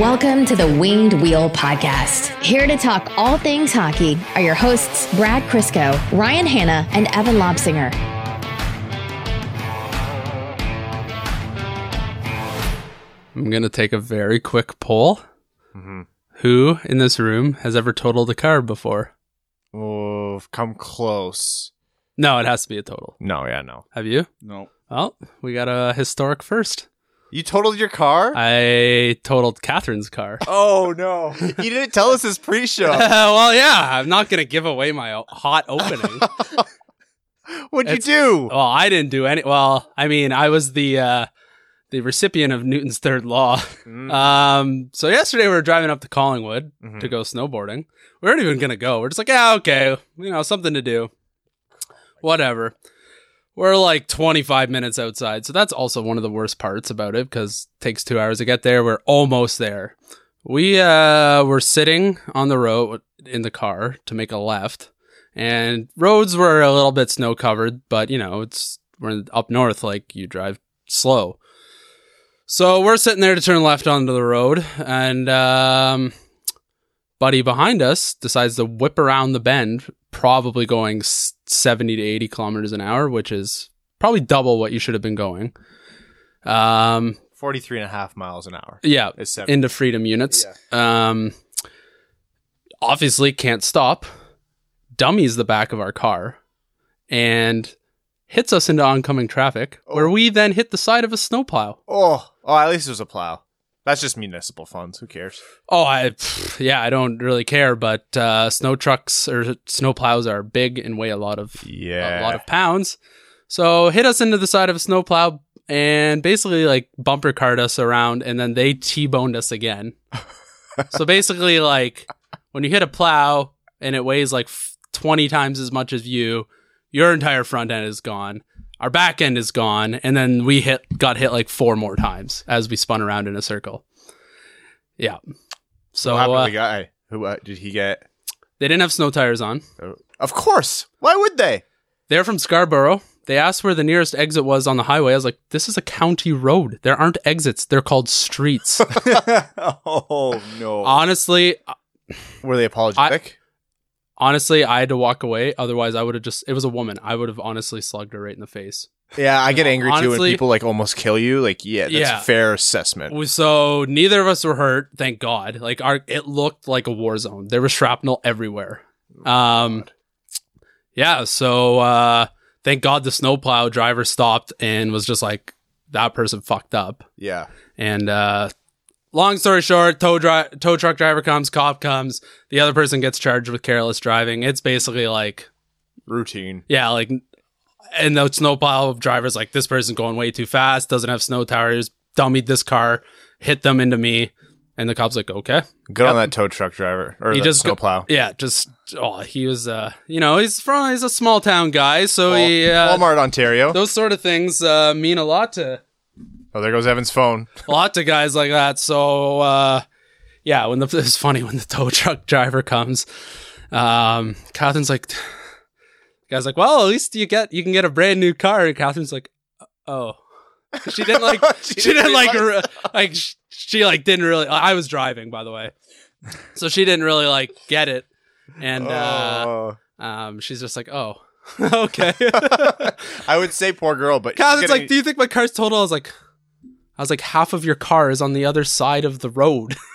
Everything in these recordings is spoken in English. Welcome to the Winged Wheel Podcast. Here to talk all things hockey are your hosts, Brad Crisco, Ryan Hanna, and Evan Lobsinger. I'm going to take a very quick poll. Who in this room has ever totaled a card before? Oh, I've come close. No, it has to be a total. No, yeah, no. Have you? No. Well, we got a historic first. You totaled your car? I totaled Catherine's car. oh no! you didn't tell us this pre-show. well, yeah, I'm not going to give away my o- hot opening. What'd It's- oh. you do? well, I didn't do any. Well, I mean, I was the uh, the recipient of Newton's third law. Um, so yesterday we were driving up to Collingwood Mhm. to go snowboarding. We weren't even gonna go. We're just like, yeah, okay, you know, something to do. Whatever. We're like 25 minutes outside. So that's also one of the worst parts about it because it takes two hours to get there. We're almost there. We uh, were sitting on the road in the car to make a left, and roads were a little bit snow covered, but you know, it's we're up north, like you drive slow. So we're sitting there to turn left onto the road, and um, buddy behind us decides to whip around the bend, probably going s- 70 to 80 kilometers an hour, which is probably double what you should have been going. Um, 43 and a half miles an hour. yeah, It's seven. into freedom units. Um, obviously can't stop. Dummies the back of our car and hits us into oncoming traffic, where we then hit the side of a snowplow. oh, oh, at least it was a plow. That's just municipal funds. Who cares? Oh, I pff, yeah, I don't really care, but uh, snow trucks or snow plows are big and weigh a lot of Yeah. a lot of pounds. So hit us into the side of a snowplow and basically like bumper cart us around, and then they t-boned us again. so basically, like when you hit a plow and it weighs like f- twenty times as much as you, your entire front end is gone. Our back end is gone, and then we hit got hit like four more times as we spun around in a circle. Yeah. So what happened uh, to the guy? Who uh, did he get? they didn't have snow tires on. Uh, Of course. Why would they? They're from Scarborough. They asked where the nearest exit was on the highway. I was like, this is a county road. There aren't exits. They're called streets. oh no. Uh, honestly, Were they apologetic? honestly, I had to walk away. Otherwise, I would have just, it was a woman. I would have honestly slugged her right in the face. yeah, I get angry too when honestly- people like almost kill you. Like, yeah, that's Yeah. a fair assessment. So neither of us were hurt. Thank God. Like our, it looked like a war zone. There was shrapnel everywhere. Um, yeah. So, uh, thank God the snowplow driver stopped and was just like, that person fucked up. Yeah. And uh, long story short, tow, dri- tow truck driver comes, cop comes, the other person gets charged with careless driving. It's basically like, Routine. yeah, like, and the snowplow driver's like, this person's going way too fast, doesn't have snow tires, dummied this car, hit them into me. And the cop's like, okay. Good on that tow truck driver or He that just go- snowplow. Yeah, just, oh, he was, uh, you know, he's from, he's a small town guy. So he, uh, Walmart, Ontario. those sort of things uh, mean a lot to, Oh, there goes Evan's phone. a lot to guys like that. So uh, yeah, when the it's funny when the tow truck driver comes, um, Catherine's like, guy's like, well, at least you get you can get a brand new car. And Catherine's like, oh, she didn't like she, didn't like re- like sh- she like didn't really. I was driving by the way, so she didn't really like get it, and uh, Oh. um, she's just like, oh, okay. I would say poor girl, but Catherine's getting- like, "Do you think my car's total?" I was like, "I was like, half of your car is on the other side of the road.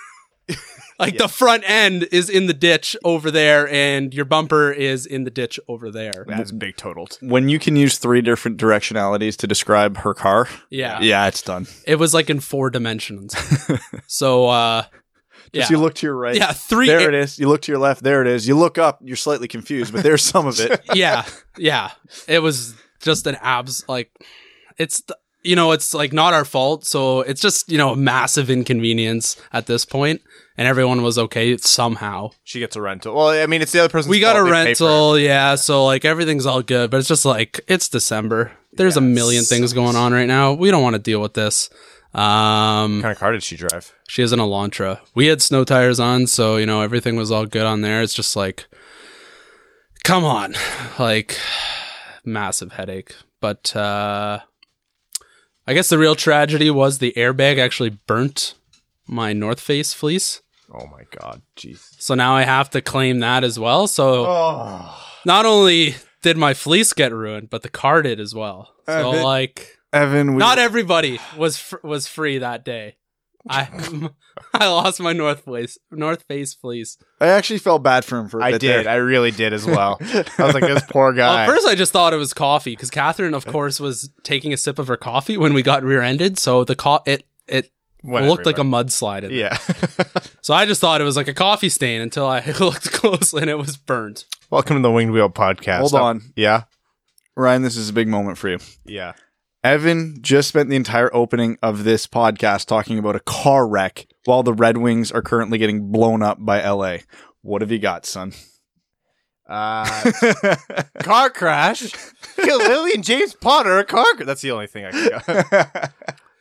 like the front end is in the ditch over there, and your bumper is in the ditch over there." Yeah, that's big totaled. When you can use three different directionalities to describe her car, yeah, it's done. it was like in four dimensions. so, uh, yeah, Just you look to your right. yeah, three. There it is. You look to your left. There it is. You look up. You're slightly confused, but there's some of it. yeah, yeah. It was just an abs like it's th- you know it's like not our fault, so it's just you know a massive inconvenience at this point, and everyone was okay somehow. She gets a rental. Well, I mean, it's the other person's. We got a fault. They pay for it. rental, yeah, so like everything's all good, but it's just like it's December. There's a million things going on right now. We don't want to deal with this. Um, What kind of car did she drive? she has an Elantra. We had snow tires on, so you know everything was all good on there. It's just like, come on, like massive headache. But uh, I guess the real tragedy was the airbag actually burnt my North Face fleece. Oh my god, jeez. So now I have to claim that as well. So Oh, not only did my fleece get ruined, but the car did as well. I So bet- like Evan, we, not everybody was fr- was free that day. I I lost my North Face North Face fleece. I actually felt bad for him for a I bit did. there. I really did as well. I was like, this poor Well, guy. at first I just thought it was coffee because Catherine, of course, was taking a sip of her coffee when we got rear-ended. So the co- it it Went looked like a everywhere. mudslide. in there. yeah. So I just thought it was like a coffee stain until I looked closely and it was burnt. Welcome to the Winged Wheel Podcast. Hold on. Yeah. Ryan, this is a big moment for you. Yeah. Evan just spent the entire opening of this podcast talking about a car wreck while the Red Wings are currently getting blown up by LA. What have you got, son? Uh, car crash. Kill Lily and James Potter. A car. cr- That's the only thing I can. Go.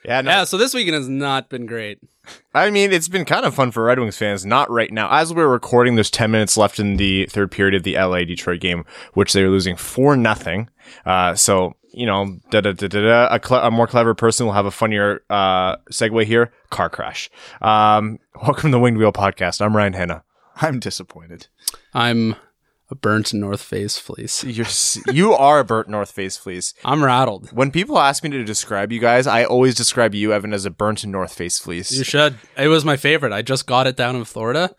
yeah. No. Yeah. So this weekend has not been great. I mean, it's been kind of fun for Red Wings fans. Not right now. As we're recording, there's 10 minutes left in the third period of the LA Detroit game, which they were losing 4 nothing. Uh, so, you know, da da da da da. A, cle- a more clever person will have a funnier uh, segue here car crash. Um, welcome to the Winged Wheel Podcast. I'm Ryan Hanna. I'm disappointed. I'm a burnt North Face fleece. You're, s- you are a burnt North Face, please. I'm rattled. When people ask me to describe you guys, I always describe you, Evan, as a burnt North Face You fleece. should. It was my favorite. I just got it down in Florida.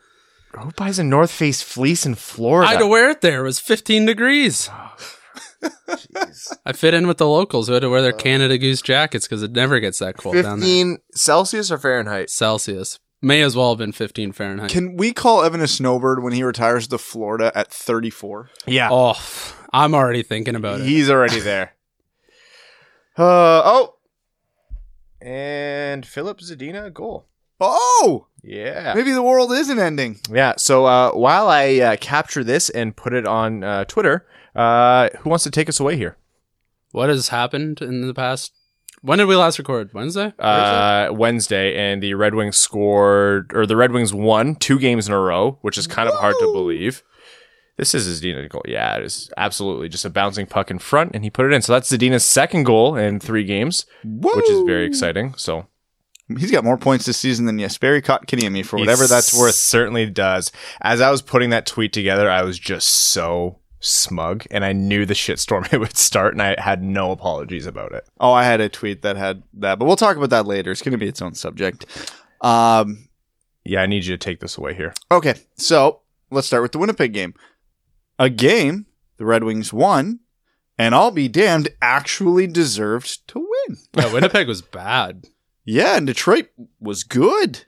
Who buys a North Face fleece in Florida? I had to wear it there. It was 15 degrees. I fit in with the locals who had to wear their Canada Goose jackets because it never gets that cold down there. Celsius or Fahrenheit? Celsius. May as well have been 15 Fahrenheit. Can we call Evan a snowbird when he retires to Florida at 34? Yeah, oh, f- I'm already thinking about it. he's already there. uh, oh, and Philip Zadina goal. Oh, Yeah, maybe the world isn't ending. yeah. So uh, while I uh, capture this and put it on uh, Twitter, uh, who wants to take us away here? What has happened in the past? When did we last record? Wednesday? uh, Wednesday, and the Red Wings scored, or the Red Wings won two games in a row, which is kind of hard to believe. This is Zadina goal. Yeah, it is absolutely just a bouncing puck in front, and he put it in. So that's Zadina's second goal in three games, which is very exciting. So He's got more points this season than Jesperi Kotkaniemi for He whatever that's worth. certainly does. As I was putting that tweet together, I was just so smug, and I knew the shitstorm it would start, and I had no apologies about it. Oh, I had a tweet that had that, but we'll talk about that later. It's going to be its own subject. Um, Yeah, I need you to take this away here. Okay, so let's start with the Winnipeg game. A game the Red Wings won, and I'll be damned, actually deserved to win. yeah, Winnipeg was bad. Yeah, and Detroit was good.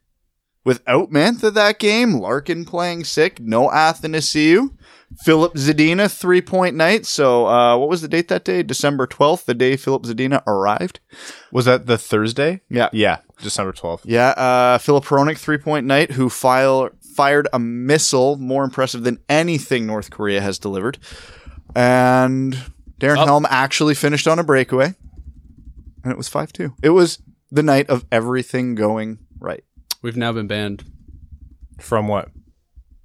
Without Mantha that game, Larkin playing sick, no Athanasiu, Philip Zadina three point night. So uh, what was the date that day? December twelfth, the day Philip Zadina arrived. Was that the Thursday? Yeah, Yeah, December twelfth. Yeah, uh, Philip Hronik, three point night, who file, fired a missile more impressive than anything North Korea has delivered. And Darren Oh. Helm actually finished on a breakaway, and it was 5 2. It was the night of everything going right. We've now been banned. From what?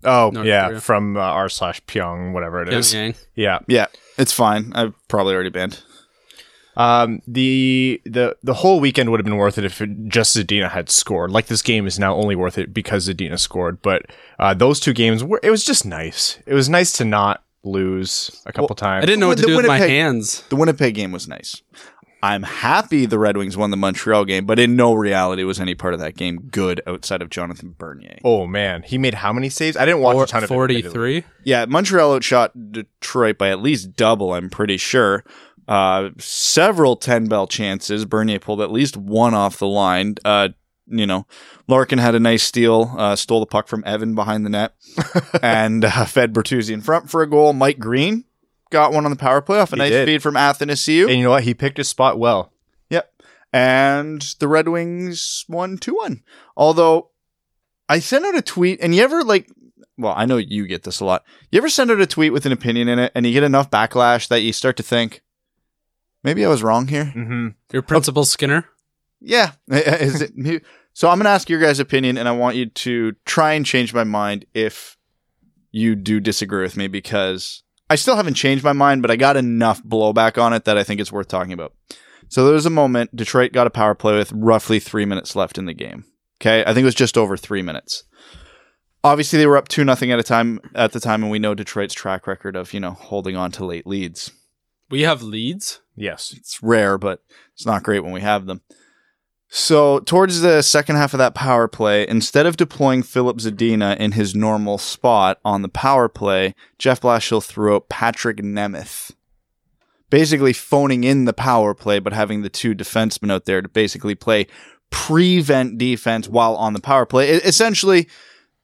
Oh, North yeah, Korea. from uh, r slash Pyong, whatever it is. Pyongyang. Yeah. Yeah, it's fine. I've probably already banned. Um, the the the whole weekend would have been worth it if it, just Zadina had scored. Like this game is now only worth it because Zadina scored. But uh, those two games were it was just nice. It was nice to not lose a couple I times. didn't know what to The do with my Winnipeg- hands. The Winnipeg game was nice. I'm happy the Red Wings won the Montreal game, but in no reality was any part of that game good outside of Jonathan Bernier. Oh man, he made how many saves? I didn't watch Four- a ton of it, admittedly. 43? Yeah, Montreal outshot Detroit by at least double, I'm pretty sure. Uh, several 10 bell chances. Bernier pulled at least one off the line. Uh, you know, Larkin had a nice steal, uh, stole the puck from Evan behind the net, and uh, fed Bertuzzi in front for a goal. Mike Green got one on the power play off a He nice did. feed from Athanasiu. And you know what? He picked his spot well. Yep. And the Red Wings won 2 1. Although I sent out a tweet, and you ever like, well, I know you get this a lot. You ever send out a tweet with an opinion in it and you get enough backlash that you start to think, maybe I was wrong here? Mm-hmm. Your principal Skinner? Yeah. Is it me? So I'm going to ask your guys' opinion, and I want you to try and change my mind if you do disagree with me because I still haven't changed my mind, but I got enough blowback on it that I think it's worth talking about. So there was a moment Detroit got a power play with roughly three minutes left in the game. Okay, I think it was just over three minutes. Obviously, they were up two nothing at a time at the time, and we know Detroit's track record of you know holding on to late leads. We have leads. Yes. It's rare, but it's not great when we have them. So towards the second half of that power play, instead of deploying Philip Zadina in his normal spot on the power play, Jeff Blashill threw out Patrick Nemeth. Basically phoning in the power play, but having the two defensemen out there to basically play prevent defense while on the power play. E- essentially,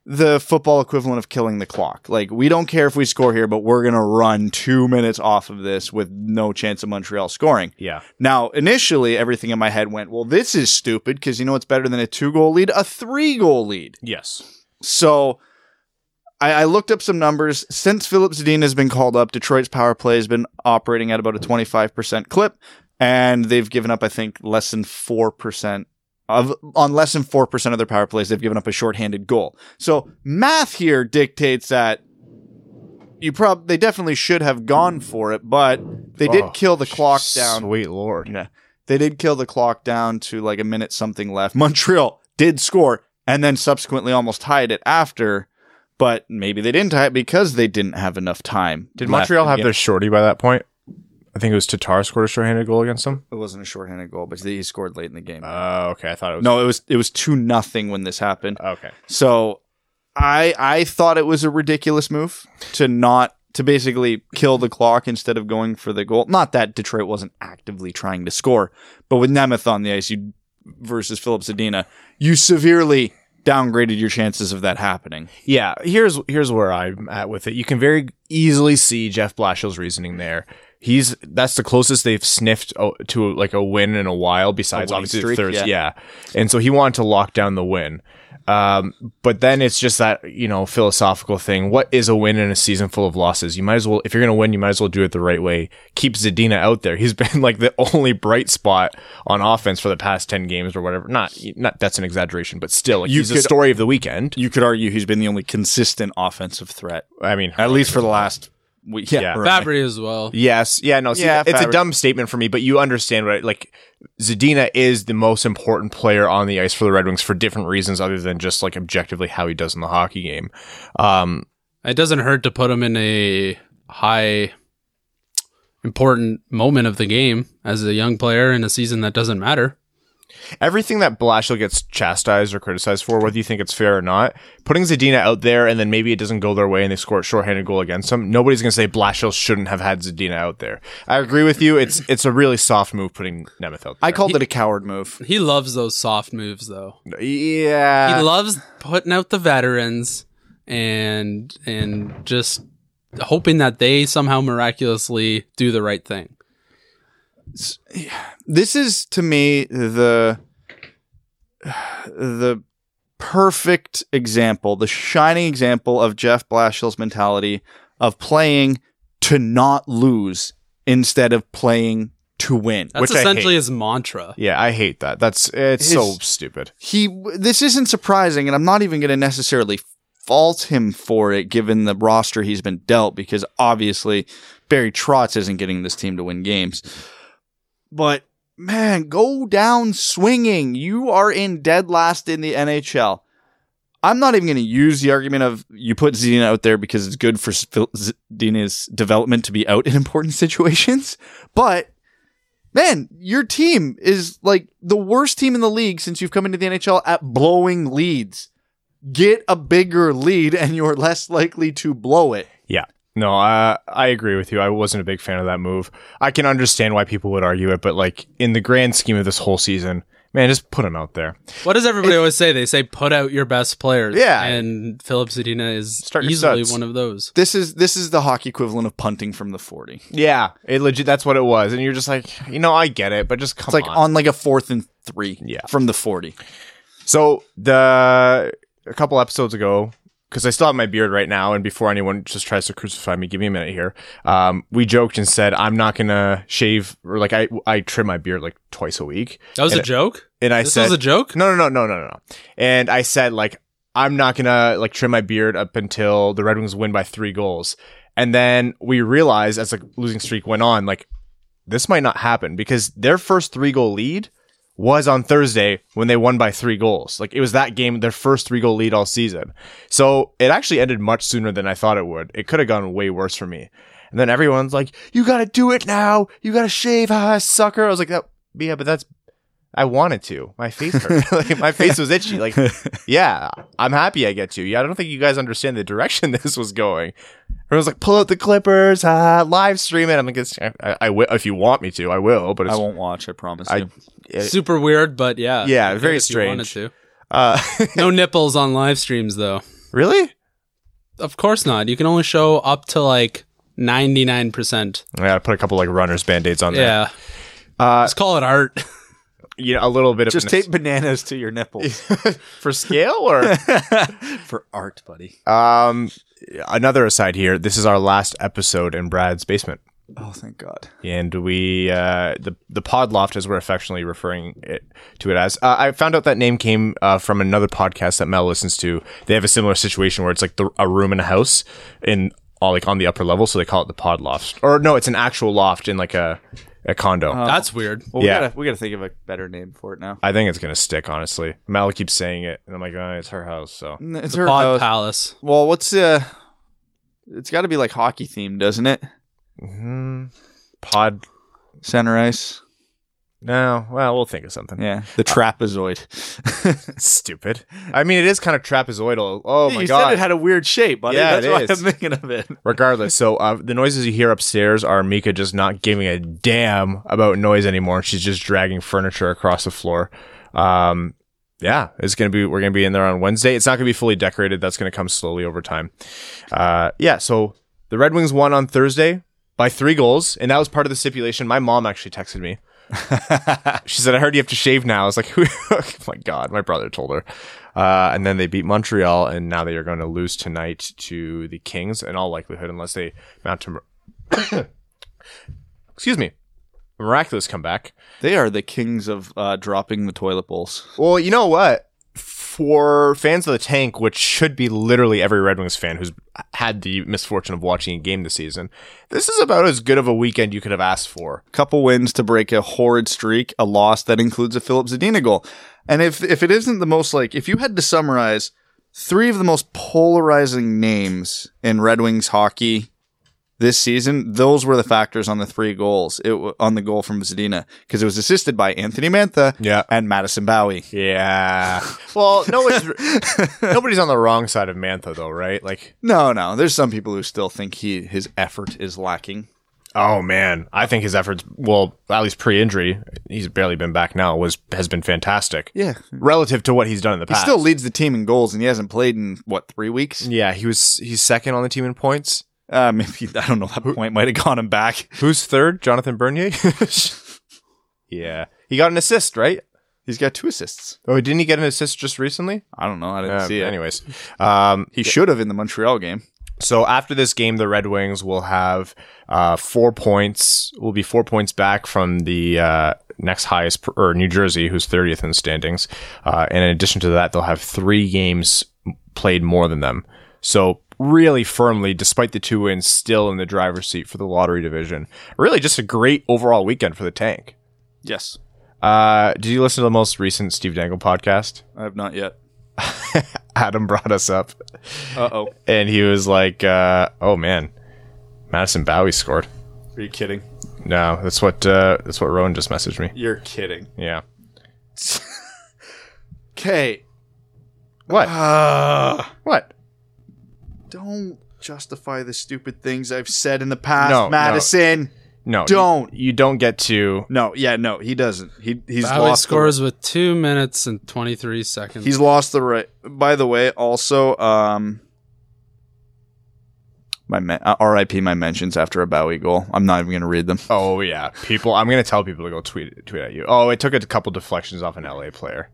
the football equivalent of killing the clock. Like, we don't care if we score here, but we're going to run two minutes off of this with no chance of Montreal scoring. Yeah. Now, initially, everything in my head went, well, this is stupid because you know what's better than a two goal lead? A three goal lead. Yes. So I, I looked up some numbers. Since Philip Zadina has been called up, Detroit's power play has been operating at about a 25% clip, and they've given up, I think, less than 4%. Of, on less than 4% of their power plays, they've given up a shorthanded goal. So math here dictates that you prob they definitely should have gone for it, but they did Oh, kill the clock down. Sweet lord. Yeah. They did kill the clock down to like a minute something left. Montreal did score and then subsequently almost tied it after, but maybe they didn't tie it because they didn't have enough time. Did left. Montreal have Yeah. their shorty by that point? I think it was Tatar scored a shorthanded goal against them. It wasn't a shorthanded goal, but he scored late in the game. Oh, okay. I thought it was. Uh, no, it was it was two nothing when this happened. Okay. So I I thought it was a ridiculous move to not to basically kill the clock instead of going for the goal. Not that Detroit wasn't actively trying to score, but with Nemeth on the ice, you versus Philip Zadina, you severely downgraded your chances of that happening. Yeah, here's here's where I'm at with it. You can very easily see Jeff Blashill's reasoning there. He's that's the closest they've sniffed o- to like a win in a while. Besides, winning obviously streak, Thursday, yeah. And so he wanted to lock down the win. Um, but then it's just that you know philosophical thing. What is a win in a season full of losses? You might as well, if you're gonna win, you might as well do it the right way. Keep Zadina out there. He's been like the only bright spot on offense for the past ten games or whatever. Not not that's an exaggeration, but still, like, You he's the could- story of the weekend. You could argue he's been the only consistent offensive threat, I mean, at least for the last week. Yeah, Yeah. right. Fabry as well. Yes. Yeah. No. See, Yeah, it's Favre. a dumb statement for me, but you understand what I, like. Zadina is the most important player on the ice for the Red Wings for different reasons other than just like objectively how he does in the hockey game. Um, It doesn't hurt to put him in a high important moment of the game as a young player in a season that doesn't matter. everything that Blashill gets chastised or criticized for, whether you think it's fair or not, putting Zadina out there and then maybe it doesn't go their way and they score a shorthanded goal against them, nobody's gonna say Blashill shouldn't have had Zadina out there. I agree with you. It's it's a really soft move putting Nemeth out. There. I called it a coward move. He loves those soft moves though. yeah. he loves putting out the veterans and and just hoping that they somehow miraculously do the right thing. this is to me the the perfect example, the shining example of Jeff Blashill's mentality of playing to not lose instead of playing to win. That's Which I essentially hate. his mantra. yeah, I hate that. That's it's so His- stupid. He this isn't surprising and I'm not even going to necessarily fault him for it given the roster he's been dealt because obviously Barry Trotz isn't getting this team to win games. But man, go down swinging. You are in dead last in the NHL. I'm not even going to use the argument of you put Zadina out there because it's good for Phil- Zadina's development to be out in important situations. But man, your team is like the worst team in the league since you've come into the NHL at blowing leads. Get a bigger lead and you're less likely to blow it. Yeah. No, I I agree with you. I wasn't a big fan of that move. I can understand why people would argue it, but like in the grand scheme of this whole season, man, just put him out there. What does everybody always say? They say put out your best players. Yeah. And Philip Zadina is Start your easily studs. one of those. This is this is the hockey equivalent of punting from the 40. It's Yeah, it legit. That's what it was, and you're just like, you know, I get it, but just come like on. on like a fourth and 3 Yeah. from the 40. So the a couple episodes ago, because I still have my beard right now, and before anyone just tries to crucify me, give me a minute here. Um, we joked and said I'm not gonna shave or like I I trim my beard like twice a week, That was And a joke? and I this said was a joke? No, no, no, no, no, no. And I said like I'm not gonna like trim my beard up until the Red Wings win by three goals. And then we realized as the losing streak went on, like this might not happen because their first three goal lead was on Thursday when they won by three goals. Like it was that game, their first three goal lead all season. So it actually ended much sooner than I thought it would. It could have gone way worse for me. And then everyone's like, "You got to do it now. You got to shave, ah, sucker." I was like, that, "Yeah, but that's." I wanted to. My face hurt. like, my face was itchy. Like, yeah, I'm happy I get to. Yeah, I don't think you guys understand the direction this was going. Everyone's like, pull out the clippers, ah, live stream it. I'm like, it's- I, I, I will if you want me to, I will. But it's, I won't watch. I promise. I- you. it- Super weird, but yeah. Yeah, you very could if you wanted strange. to. uh, No nipples on live streams though. really? Of course not. You can only show up to like 99%. Yeah, I put a couple like runners band aids on there. Yeah. Uh, Let's call it art. you know, a little bit of Just an- tape bananas to your nipples for scale or for art, buddy. um another aside here. This is our last episode in Brad's basement. Oh, thank God. and we uh, the the pod loft as we're affectionately referring it to it as. Uh, I found out that name came uh, from another podcast that Mel listens to. They have a similar situation where it's like the, a room in a house in all like on the upper level, so they call it the pod loft. Or no, it's an actual loft in like a a condo. That's weird. Well, we Yeah. gotta we gotta think of a better name for it now. I think it's gonna stick, honestly. Mel keeps saying it, and I'm like, oh, it's her uh, house, so It's her Pod house. Palace. Well, what's uh? It's got to be like hockey themed, doesn't it? Hmm. pod. Center ice. No, well, we'll think of something. Yeah, the trapezoid. Stupid. I mean, it is kind of trapezoidal. Oh my you god! said it had a weird shape, buddy. Yeah, That's it why is. I'm thinking of it. Regardless, so uh, the noises you hear upstairs are Mika just not giving a damn about noise anymore. She's just dragging furniture across the floor. Um, yeah, it's gonna be. We're gonna be in there on Wednesday. It's not gonna be fully decorated. That's gonna come slowly over time. Uh, yeah. So the Red Wings won on Thursday by three goals, and that was part of the stipulation. My mom actually texted me. she said, "I heard you have to shave now." I was like, "Who?" oh "My God!" My brother told her. Uh, and then they beat Montreal, and now they are going to lose tonight to the Kings in all likelihood, unless they mount to, excuse me, a miraculous comeback. They are the kings of uh, dropping the toilet bowls. Well, you know what? For fans of the tank, which should be literally every Red Wings fan who's had the misfortune of watching a game this season, this is about as good of a weekend you could have asked for. Couple wins to break a horrid streak, a loss that includes a Philip Zadina goal. And if if it isn't the most like, if you had to summarize three of the most polarizing names in Red Wings hockey this season, those were the factors on the three goals. It w- on the goal from Zadina because it was assisted by Anthony Mantha, Yeah. and Madison Bowie. Yeah. Well, nobody's nobody's on the wrong side of Mantha though, right? Like, No, no, there's some people who still think he his effort is lacking. oh man, I think his efforts, well, at least pre-injury, he's barely been back now, was has been fantastic. Yeah. Relative to what he's done in the He past. still leads the team in goals, and he hasn't played in what three weeks? yeah, he was he's second on the team in points. Uh, maybe I don't know. That point might have gone him back. Who's third? Jonathan Bernier? yeah. He got an assist, right? He's got two assists. Oh, didn't he get an assist just recently? I don't know. I didn't Uh, see it. anyways, um, He should have in the Montreal game. so after this game, the Red Wings will have uh, four points. Will be four points back from the uh, next highest, per, or New Jersey, who's thirtieth in the standings. Uh, and in addition to that, they'll have three games played more than them. So really firmly, despite the two wins, still in the driver's seat for the lottery division. Really, just a great overall weekend for the tank. Yes, Uh, did you listen to the most recent Steve Dangle podcast? I have not yet. Adam brought us up. Uh oh. and he was like, uh, "Oh man, Madison Bowie scored." Are you kidding? No, that's what uh, that's what Rowan just messaged me. You're kidding. Yeah. Okay. What? Uh, what? don't justify the stupid things I've said in the past, No, no. Madison. No. Don't. you, you don't get to No. yeah, no, he doesn't. He he's Bowie lost. the- scores with 2 minutes and 23 seconds. uh, He's lost the right. By the way, also, um, my men- uh, R.I.P. my mentions after a Bowie goal. I'm not even gonna read them. Oh yeah, people. I'm gonna tell people to go tweet tweet at you. Oh, it took a couple deflections off an LA player.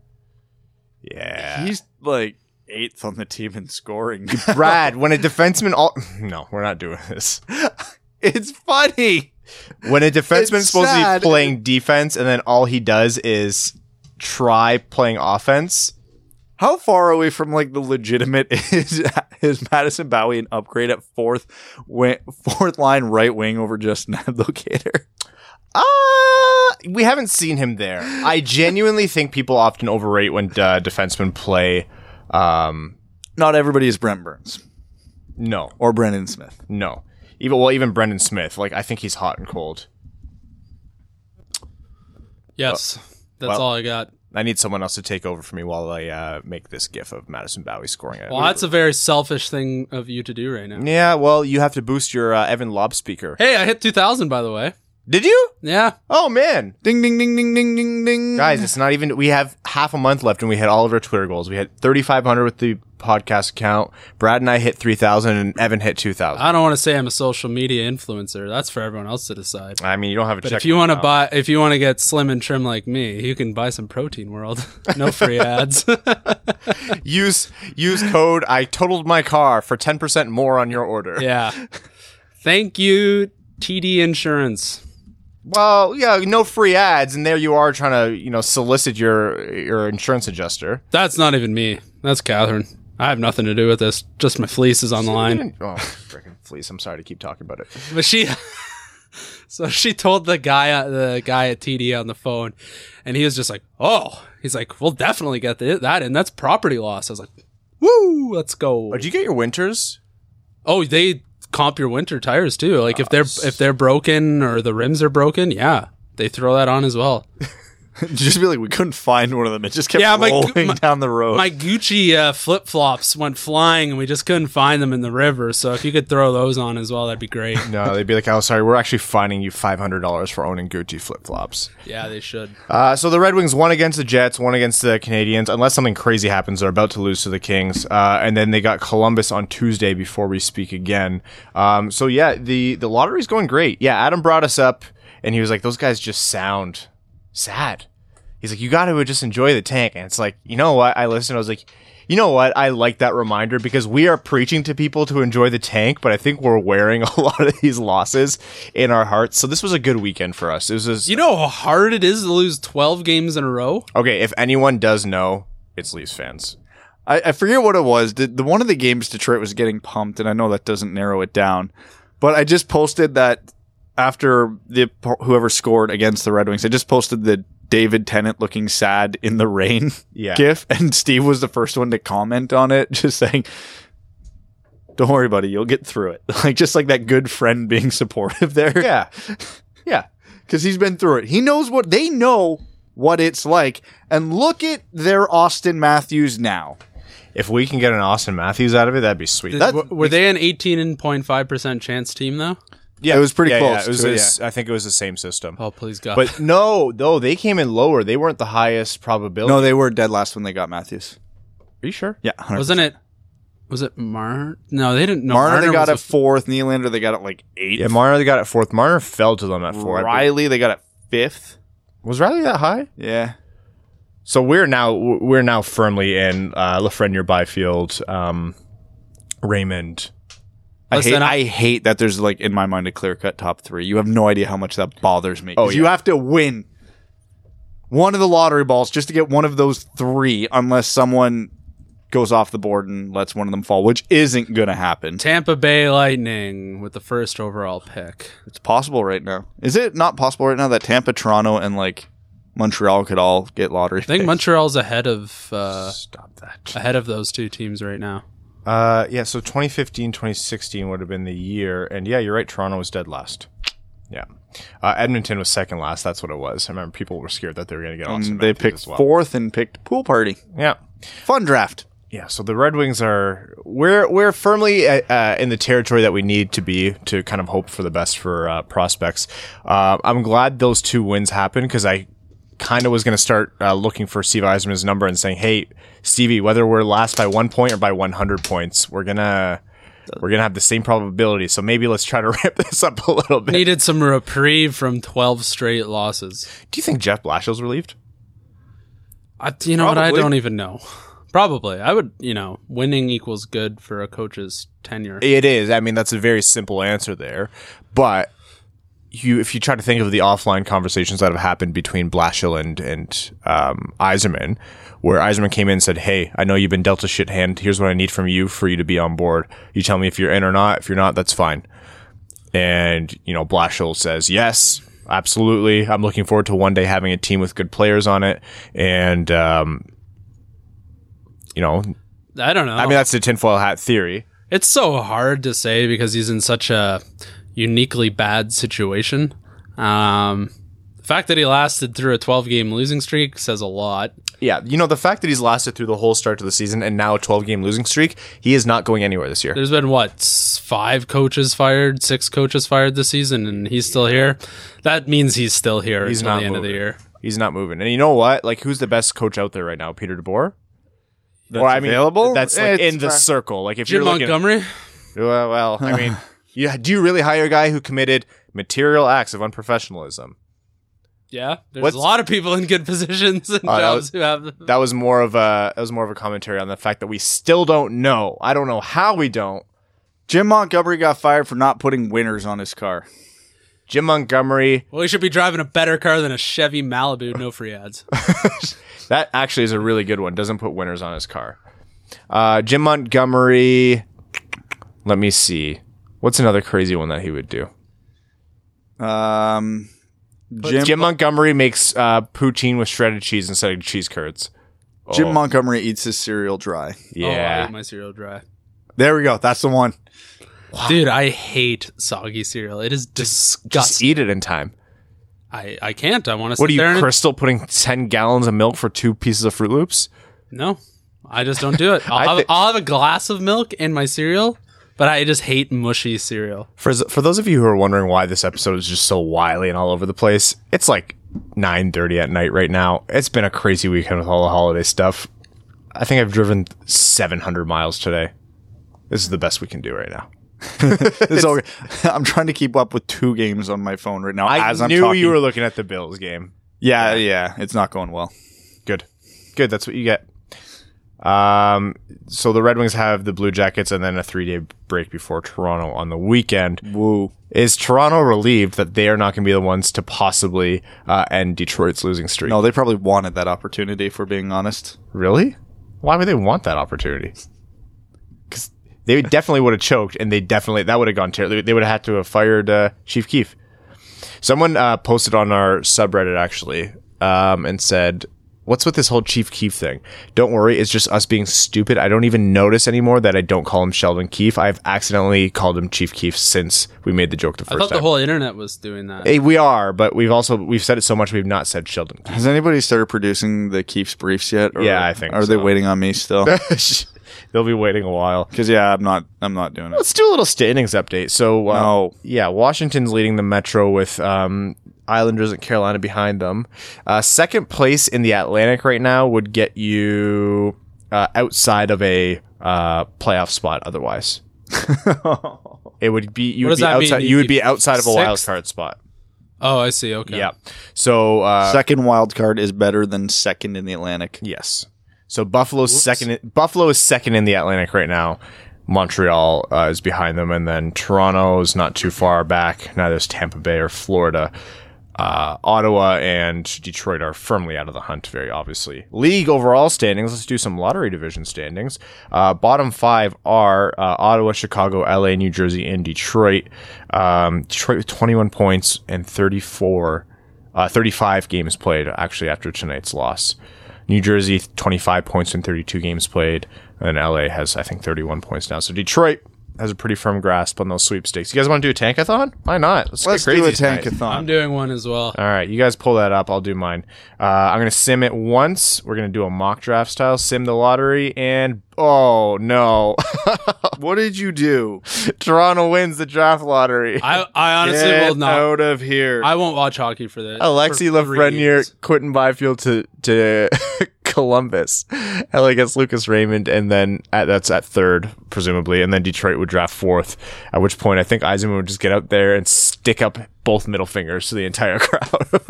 Yeah. He's like eighth on the team in scoring. Brad, when a defenseman all no, we're not doing this. it's funny. When a defenseman's It's supposed sad. to be playing defense and then all he does is try playing offense, How far away from like the legitimate is is Madison Bowie an upgrade at fourth wing, fourth line right wing over Justin Abdulkader? Uh, we haven't seen him there. I genuinely think people often overrate when uh, defensemen play. Um, Not everybody is Brent Burns no, or Brendan Smith. no. Even well, even Brendan Smith. Like I think he's hot and cold. Yes, that's well- all I got. I need someone else to take over for me while I uh, make this gif of Madison Bowie scoring it. Well, that's a very selfish thing of you to do right now. yeah, well, you have to boost your uh, Evan Lob speaker. Hey, I hit 2,000 by the way. Did you? Yeah, Oh man, Ding ding ding ding ding ding ding. guys, it's not even. We have half a month left, and we hit all of our Twitter goals. We had 3,500 with the podcast account. Brad and I hit 3,000, and Evan hit 2,000. I don't want to say I'm a social media influencer. That's for everyone else to decide. I mean, you don't have a But check. if you want to buy, if you want to get slim and trim like me, you can buy some Protein World. no free ads. use use code I totaled my car for 10% more on your order. yeah. Thank you, TD Insurance. Well, yeah, no free ads, and there you are trying to you know solicit your your insurance adjuster. That's not even me. That's Catherine. I have nothing to do with this. Just my fleece is on the line. Oh, freaking fleece! I'm sorry to keep talking about it. but she so she told the guy the guy at TD on the phone and he was just like oh he's like we'll definitely get th- that and that's property loss I was like woo let's go Did Oh, you get your winters? oh they comp your winter tires too like if they're if they're broken or the rims are broken yeah they throw that on as well just be like we couldn't find one of them. It just kept Yeah, my- rolling my- down the road. my Gucci uh, flip flops went flying and we just couldn't find them in the river so if you could throw those on as well that'd be great No, they'd be like, "Oh, sorry, we're actually fining you five hundred dollars for owning Gucci flip flops." yeah they should Uh, so the Red Wings won against the Jets, one against the Canadians. Unless something crazy happens, they're about to lose to the Kings, uh, and then they got Columbus on Tuesday. Before we speak again, um, so yeah, the the lottery's going great. Yeah, Adam brought us up, and he was like, "Those guys just sound sad." He's like, "You got to just enjoy the tank," and it's like, you know what? I listened. I was like. You know what? I like that reminder because we are preaching to people to enjoy the tank, but I think we're wearing a lot of these losses in our hearts. So this was a good weekend for us. It was a you know how hard it is to lose 12 games in a row Okay, if anyone does know, it's Leafs fans. I, I forget what it was. Did the one of the games Detroit was getting pumped, and I know that doesn't narrow it down, but I just posted that after the whoever scored against the Red Wings, I just posted the David Tennant looking sad in the rain Yeah. gif, and Steve was the first one to comment on it, just saying. Don't worry, buddy. You'll get through it. Like just like that good friend being supportive there. Yeah. Yeah, because he's been through it. He knows what they know what it's like. And look at their Austin Matthews now. If we can get an Austin Matthews out of it, that'd be sweet. That- W- were they an 18.5% chance team though? yeah, it was pretty yeah, yeah, close it was to it, this- I think it was the same system. Oh, please God. But no, no, they came in lower. They weren't the highest probability. No, they were dead last when they got Matthews. Oh. are you sure? Yeah, 100%. wasn't it was it Mar? No, they didn't know. Marner, they got was at fourth. Nylander, they got at like eighth. Yeah, Marner they got it fourth. Marner fell to them at four. I believe. Riley, they got at fifth. Was Riley that high? Yeah, So we're now we're now firmly in uh, Lafreniere, Byfield, um, Raymond. I Listen, hate, I- I hate that there's like in my mind a clear cut top three. You have no idea how much that bothers me. 'Cause Oh, you yeah. have to win one of the lottery balls just to get one of those three, unless someone goes off the board and lets one of them fall, which isn't going to happen. Tampa Bay Lightning with the first overall pick. It's possible right now. Is it not possible right now that Tampa, Toronto, and like Montreal could all get lottery? I think picks? Montreal's ahead of uh, Stop that. ahead of those two teams right now. Uh, yeah, so 2015, 2016 would have been the year. And yeah, you're right. Toronto was dead last. Yeah. Uh, Edmonton was second last. That's what it was. I remember people were scared that they were going to get Austin And Mm, they Matthews picked as well. fourth and picked pool party. Yeah. Fun draft. Yeah. So the Red Wings are, we're, we're firmly uh, uh, in the territory that we need to be to kind of hope for the best for uh, prospects. Uh, I'm glad those two wins happened because I kind of was going to start uh, looking for Steve Eisman's number and saying, hey, Stevie, whether we're last by one point or by 100 points, we're going to. We're gonna have the same probability, so maybe let's try to ramp this up a little bit. Needed some reprieve from 12 straight losses. Do you think Jeff Blashill's relieved? I, you know what? I Probably. don't even know. Probably. I would, you know, winning equals good for a coach's tenure. It is. I mean, that's a very simple answer there, but you, if you try to think of the offline conversations that have happened between Blashill and and um, Eiserman, where Eiserman came in and said, "Hey, I know you've been dealt a shit hand. Here's what I need from you for you to be on board. You tell me if you're in or not. If you're not, that's fine." And you know, Blashill says, "Yes, absolutely. I'm looking forward to one day having a team with good players on it, and um, you know, I don't know. I mean that's the tinfoil hat theory. It's so hard to say because he's in such a uniquely bad situation. Um, the fact that he lasted through a 12 game losing streak says a lot. Yeah, you know the fact that he's lasted through the whole start to the season and now a 12 game losing streak, he is not going anywhere this year. There's been what s- five coaches fired, six coaches fired this season, and he's still here. That means he's still here He's until not the end of the moving. year. He's not moving. And you know what? Like, who's the best coach out there right now? Peter DeBoer. That's available? That's like It's in the fine. circle. Like, if Jim you're looking, Montgomery. well, well, I mean, you, do you really hire a guy who committed material acts of unprofessionalism? Yeah, there's What's- a lot of people in good positions and Oh, that jobs was- who have. That was more of a that was more of a commentary on the fact that we still don't know. I don't know how we don't. Jim Montgomery got fired for not putting winners on his car. Jim Montgomery. Well, he should be driving a better car than a Chevy Malibu. No free ads. That actually is a really good one. Doesn't put winners on his car. Uh, Jim Montgomery. Let me see. What's another crazy one that he would do? Um, Jim, Jim Montgomery makes uh, poutine with shredded cheese instead of cheese curds. Jim Oh, Montgomery eats his cereal dry. Oh, I Yeah. ate my cereal dry. There we go. That's the one. Dude, I hate soggy cereal. It is disgusting. just eat it in time. I, I can't. I want to. What are sit you, there and- Crystal, putting 10 gallons of milk for two pieces of Fruit Loops? No, I just don't do it. I'll, I have, thi- I'll have a glass of milk in my cereal, but I just hate mushy cereal. For, for those of you who are wondering why this episode is just so wily and all over the place, it's like 9.30 at night right now. It's been a crazy weekend with all the holiday stuff. I think I've driven 700 miles today. This is the best we can do right now. It's all- I'm trying to keep up with two games on my phone right now. I as I'm knew talking. you were looking at the Bills game. Yeah, yeah. It's not going well. Good. Good. That's what you get. Um, so the Red Wings have the Blue Jackets and then a three day break before Toronto on the weekend. Woo. Is Toronto relieved that they are not going to be the ones to possibly uh, end Detroit's losing streak? No, they probably wanted that opportunity. If we're being honest, Really? Why would they want that opportunity? Because they definitely would have choked, and they definitely that would have gone terrible. They would have had to have fired uh, Chief Keef. Someone uh, posted on our subreddit actually um, and said, "What's with this whole Chief Keef thing? Don't worry, it's just us being stupid. I don't even notice anymore that I don't call him Sheldon Keefe. I've accidentally called him Chief Keef since we made the joke the I first thought time. the whole internet was doing that. Hey, we are, but we've also we've said it so much we've not said Sheldon. has anybody started producing the Keefe's briefs yet? Or Yeah, I think Are they so. waiting on me still? Keefe. They'll be waiting a while. Because yeah, I'm not. I'm not doing it. Oh. Let's do a little standings update. So, uh, No. yeah, Washington's leading the Metro with um, Islanders and Carolina behind them. Uh, second place in the Atlantic right now would get you uh, outside of a uh, playoff spot. Otherwise, it would be you What does would be that mean? outside. You'd You would be be outside of a wild sixth? card spot. oh, I see. Okay. Yeah. So uh, Second wild card is better than second in the Atlantic. Yes. So Buffalo's second. Buffalo is second in the Atlantic right now. Montreal uh, is behind them, and then Toronto is not too far back. Neither is Tampa Bay or Florida. Uh, Ottawa and Detroit are firmly out of the hunt, very obviously. League overall standings. Let's do some lottery division standings. Uh, bottom five are uh, Ottawa, Chicago, LA, New Jersey, and Detroit. Um, Detroit with 21 points and 34, uh, 35 games played actually after tonight's loss. New Jersey 25 points in 32 games played, and LA has I think 31 points now. So Detroit has a pretty firm grasp on those sweepstakes. You guys want to do a tankathon? Why not? Let's, get Let's do a tonight. I'm tankathon. doing one as well. All right, you guys pull that up. I'll do mine. Uh, I'm gonna sim it once. We're gonna do a mock draft style, sim the lottery, and oh no, what did you do? Toronto wins the draft lottery. I, I honestly Get will not. out of here. I won't watch hockey for this. Alexi for three years. Lafreniere, Quentin Byfield to to Columbus. LA gets Lucas Raymond, and then at, that's at third, presumably, and then Detroit would draft fourth. At which point, I think Eisenman would just get out there and stick up both middle fingers to the entire crowd.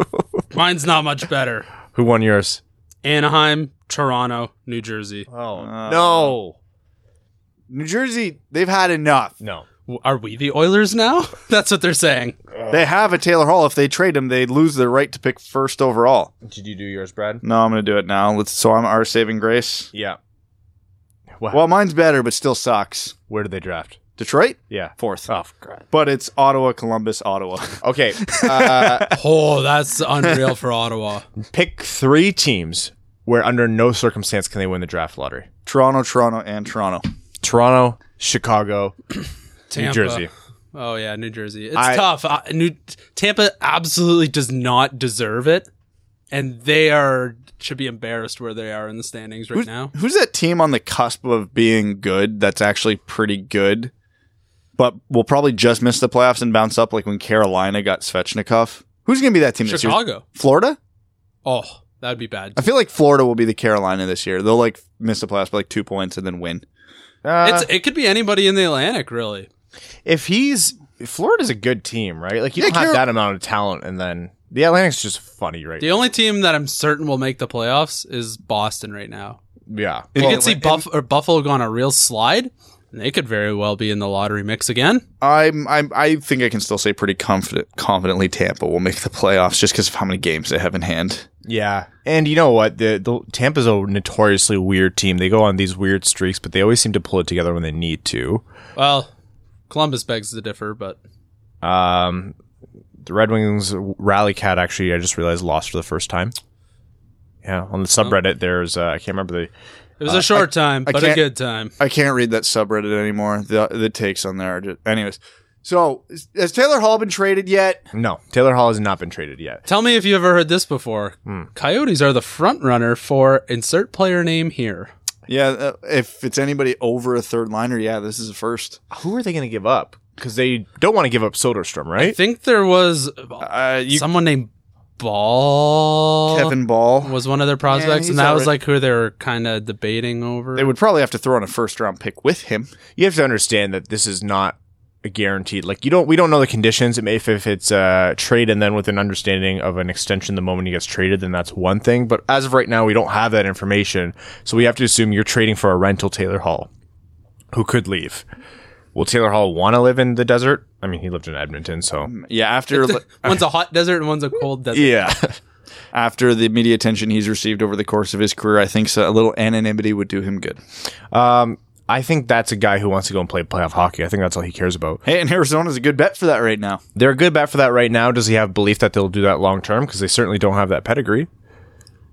Mine's not much better. Who won yours? Anaheim, Toronto, New Jersey. Oh no, New Jersey. They've had enough. no. W- Are we the Oilers now? That's what they're saying. They have a Taylor Hall. If they trade him, they lose their right to pick first overall. Did you do yours, Brad? No, I'm going to do it now. Let's. So I'm our saving grace. Yeah. Well, mine's better, but still sucks. Where did they draft? Detroit Yeah. fourth, Oh, God. but it's Ottawa, Columbus, Ottawa. Okay. Uh, Oh, that's unreal for Ottawa. pick three teams where under no circumstance can they win the draft lottery. Toronto, Toronto, and Toronto. Toronto, Chicago, New Tampa. Jersey. Oh yeah, New Jersey. It's I- tough. Uh, New Tampa absolutely does not deserve it, and they are should be embarrassed where they are in the standings right Who's, now. who's that team on the cusp of being good? That's actually pretty good, but will probably just miss the playoffs and bounce up, like when Carolina got Svechnikov. Who's going to be that team this year? Chicago. Florida. Oh, that would be bad. I feel like Florida will be the Carolina this year. They'll like miss the playoffs by like two points and then win. Uh, it's it could be anybody in the Atlantic, really. if he's Florida's a good team, right? Like you Yeah, don't have Carol- that amount of talent, and then the Atlantic's just funny, right? The only team that I'm certain will make the playoffs is Boston right now. yeah. You Well, can see and- Buff or Buffalo go on a real slide, and they could very well be in the lottery mix again. I'm, I'm I think I can still say pretty confident confidently Tampa will make the playoffs just because of how many games they have in hand. Yeah, and you know what? The, the Tampa's a notoriously weird team. They go on these weird streaks, but they always seem to pull it together when they need to. Well, Columbus begs to differ, but Um, the Red Wings rally cat actually, I just realized lost for the first time. Yeah, on the subreddit, there's uh, I can't remember the it was a short time, but a Uh, can't- good time. I can't read that subreddit anymore. The the takes on there are just anyways. So is- has Taylor Hall been traded yet? no Taylor Hall has not been traded yet. Tell me if you ever heard this before. Hmm. Coyotes are the front runner for insert player name here. Yeah, uh, if it's anybody over a third liner, yeah, this is a first. Who are they going to give up? Because they don't want to give up Soderstrom, I right? think there was Uh, you someone named Ball. Kevin Ball. was one of their prospects, he's and that was alright. like who they were kind of debating over. They would probably have to throw in a first round pick with him. you have to understand that this is not a guaranteed like you don't we don't know the conditions It may- if, if it's a trade and then with an understanding of an extension the moment he gets traded then that's one thing but as of right now we don't have that information so we have to assume you're trading for a rental taylor hall who could leave will taylor hall want to live in the desert i mean he lived in edmonton so Yeah, after one's a hot desert and one's a cold desert. yeah after the media attention he's received over the course of his career, I think so, a little anonymity would do him good. i think that's a guy who wants to go and play playoff hockey i think that's all he cares about Hey, and Arizona's a good bet for that right now. they're a good bet for that right now does he have belief that they'll do that long term because they certainly don't have that pedigree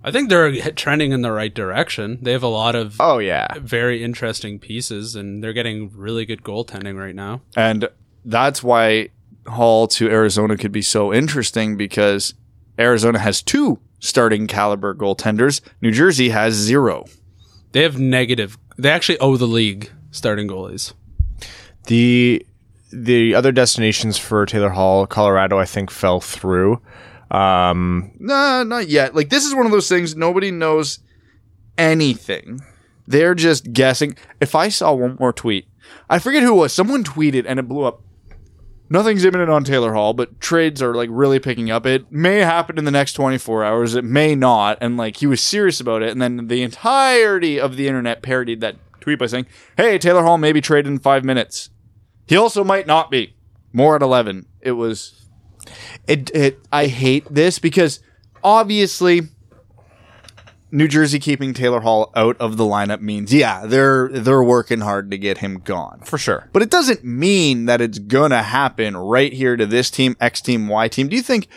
I think they're hit- trending in the right direction. They have a lot of oh yeah very interesting pieces, and they're getting really good goaltending right now. And that's why Hall to Arizona could be so interesting because Arizona has two starting caliber goaltenders. New Jersey has zero. They have negative. They actually owe the league starting goalies. The the other destinations for Taylor Hall, Colorado, I think fell through. Um, Nah, not yet. Like this is one of those things nobody knows anything. They're just guessing. If I saw one more tweet, I forget who it was. Someone tweeted and it blew up. Nothing's imminent on Taylor Hall, but trades are like really picking up. It may happen in the next 24 hours. It may not. And like he was serious about it. And then the entirety of the internet parodied that tweet by saying, Hey, Taylor Hall may be traded in five minutes. He also might not be. More at 11. It was it, it I hate this because obviously New Jersey keeping Taylor Hall out of the lineup means yeah, they're they're working hard to get him gone. for sure. But it doesn't mean that it's gonna happen right here to this team, X team, Y team. Do you think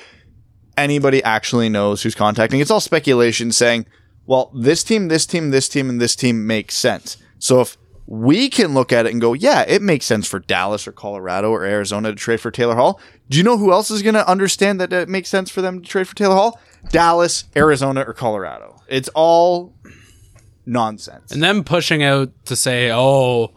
anybody actually knows who's contacting? It's all speculation saying, well, this team, this team, this team, and this team makes sense. So if we can look at it and go, yeah, it makes sense for Dallas or Colorado or Arizona to trade for Taylor Hall. Do you know who else is going to understand that it makes sense for them to trade for Taylor Hall? Dallas, Arizona, or Colorado. It's all nonsense. And them pushing out to say, oh,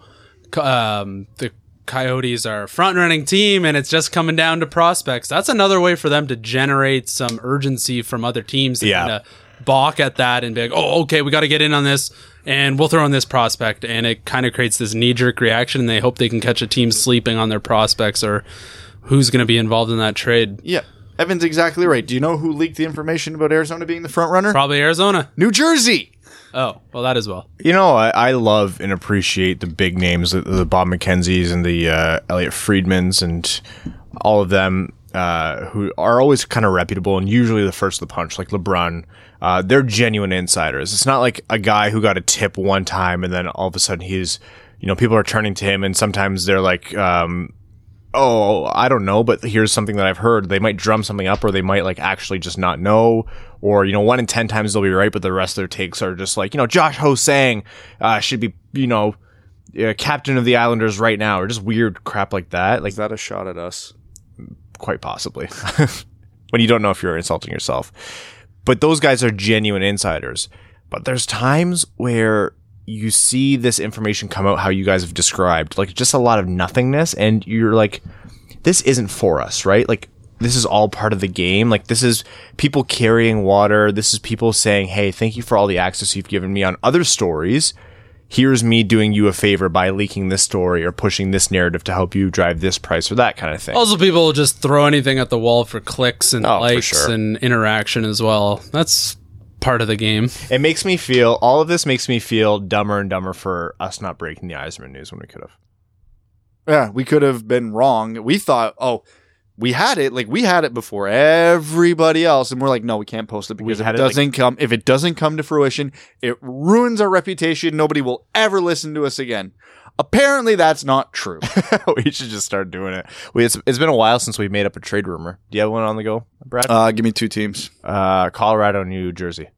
co- um, the Coyotes are a front running team and it's just coming down to prospects. That's another way for them to generate some urgency from other teams that Yeah. kind of balk at that and be like, oh, okay, we got to get in on this and we'll throw in this prospect. And it kind of creates this knee jerk reaction and they hope they can catch a team sleeping on their prospects or who's going to be involved in that trade. Yeah. Evan's exactly right. Do you know who leaked the information about Arizona being the front runner? Probably Arizona. New Jersey. Oh, well, that as well. You know, I, I love and appreciate the big names, the, the Bob McKenzie's and the uh, Elliot Friedmans and all of them uh, who are always kind of reputable and usually the first to the punch, like LeBron. Uh, they're genuine insiders. It's not like a guy who got a tip one time and then all of a sudden he's you know, people are turning to him, and sometimes they're like, um, "Oh, I don't know, but here's something that I've heard." They might drum something up, or they might like actually just not know, or you know, one in ten times they'll be right, but the rest of their takes are just like, you know, Josh Hosang uh, should be, you know, uh, captain of the Islanders right now, or just weird crap like that. Like Is that a shot at us? quite possibly when you don't know if you're insulting yourself but those guys are genuine insiders but there's times where you see this information come out how you guys have described like just a lot of nothingness and you're like this isn't for us right like this is all part of the game like this is people carrying water this is people saying hey thank you for all the access you've given me on other stories here's me doing you a favor by leaking this story or pushing this narrative to help you drive this price or that kind of thing Also, people will just throw anything at the wall for clicks and Oh, for likes sure. and interaction as well. That's part of the game. It makes me feel all of this makes me feel dumber and dumber for us not breaking the Eisman news when we could have. Yeah, we could have been wrong. We thought, oh, we had it. Like we had it before everybody else, and we're like, no, we can't post it because if had it it, like- doesn't come, if it doesn't come to fruition, it ruins our reputation. Nobody will ever listen to us again. Apparently, that's not true. we should just start doing it. We, it's, it's been a while since we made up a trade rumor. Do you have one on the go, Brad? Uh, give me two teams. Colorado, New Jersey.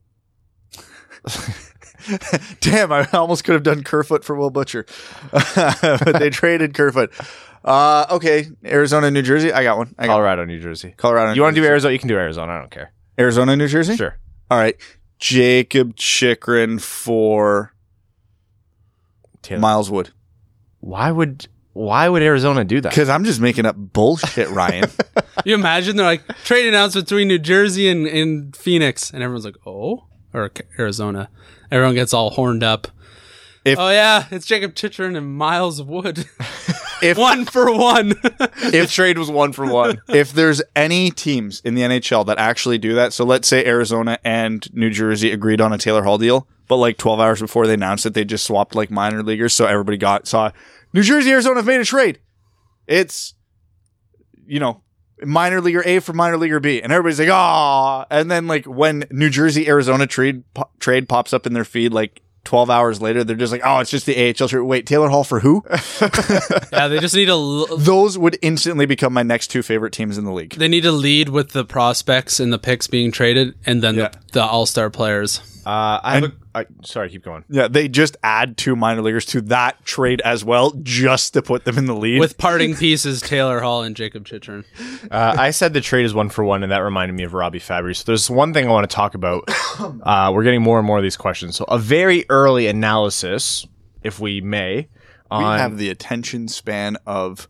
Damn, I almost could have done Kerfoot for Will Butcher, but they traded Kerfoot. Uh, okay, Arizona, New Jersey. I got one. I got one. Colorado, New Jersey. Colorado. You want to do Arizona? Arizona? You can do Arizona. I don't care. Arizona, New Jersey? Sure. All right. Jacob Chikrin for Taylor. Miles Wood. why would Why would Arizona do that? Because I'm just making up bullshit, Ryan. You imagine they're like trade announcement between New Jersey and, and Phoenix, and everyone's like, "Oh," or Ca- Arizona. Everyone gets all horned up. If- oh yeah, it's Jacob Chitrin and Miles Wood, if one for one. If trade was one for one, if there's any teams in the NHL that actually do that, so let's say Arizona and New Jersey agreed on a Taylor Hall deal, but like 12 hours before they announced it, they just swapped like minor leaguers, so everybody got saw New Jersey, Arizona have made a trade. It's you know minor leaguer A for minor leaguer B, and everybody's like ah, and then like when New Jersey Arizona trade po- trade pops up in their feed like. 12 hours later, they're just like, oh, it's just the AHL trade. Wait, Taylor Hall for who? yeah, they just need to. l- Those would instantly become my next two favorite teams in the league. They need to lead with the prospects and the picks being traded, and then Yeah. the, the All Star players. uh, I have. a, I, sorry, keep going. Yeah, they just add two minor leaguers to that trade as well, just to put them in the lead. With parting pieces, Taylor Hall and Jacob Chitrin. Uh, I said the trade is one for one, and that reminded me of Robbie Fabry. So there's one thing I want to talk about. Uh, we're getting more and more of these questions. So a very early analysis, if we may, we on have the attention span of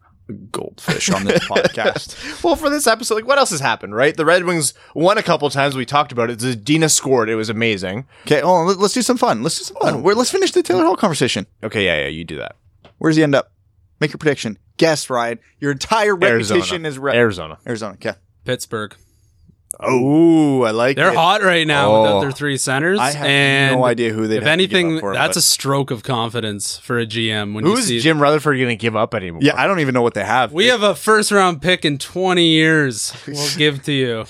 goldfish on this podcast. well for this episode, like what else has happened, right? The Red Wings won a couple times. We talked about it. Zadina scored. It was amazing. Okay, oh, let- let's do some fun. Let's do some Oh. fun. We're, let's finish the Taylor Hall conversation. Okay, yeah, yeah, you do that. Where does he end up? Make your prediction. Guess, Ryan. Your entire Arizona. reputation is re- Arizona. Arizona. Okay. Pittsburgh. Oh, I like They're it. hot right now Oh. without their three centers. I have and no idea who they'd If have to give anything, up for him, that's but- a stroke of confidence for a GM. When Who you is see Jim Rutherford going to give up anymore? Yeah, I don't even know what they have. We have a first round pick in 20 years. We'll give to you.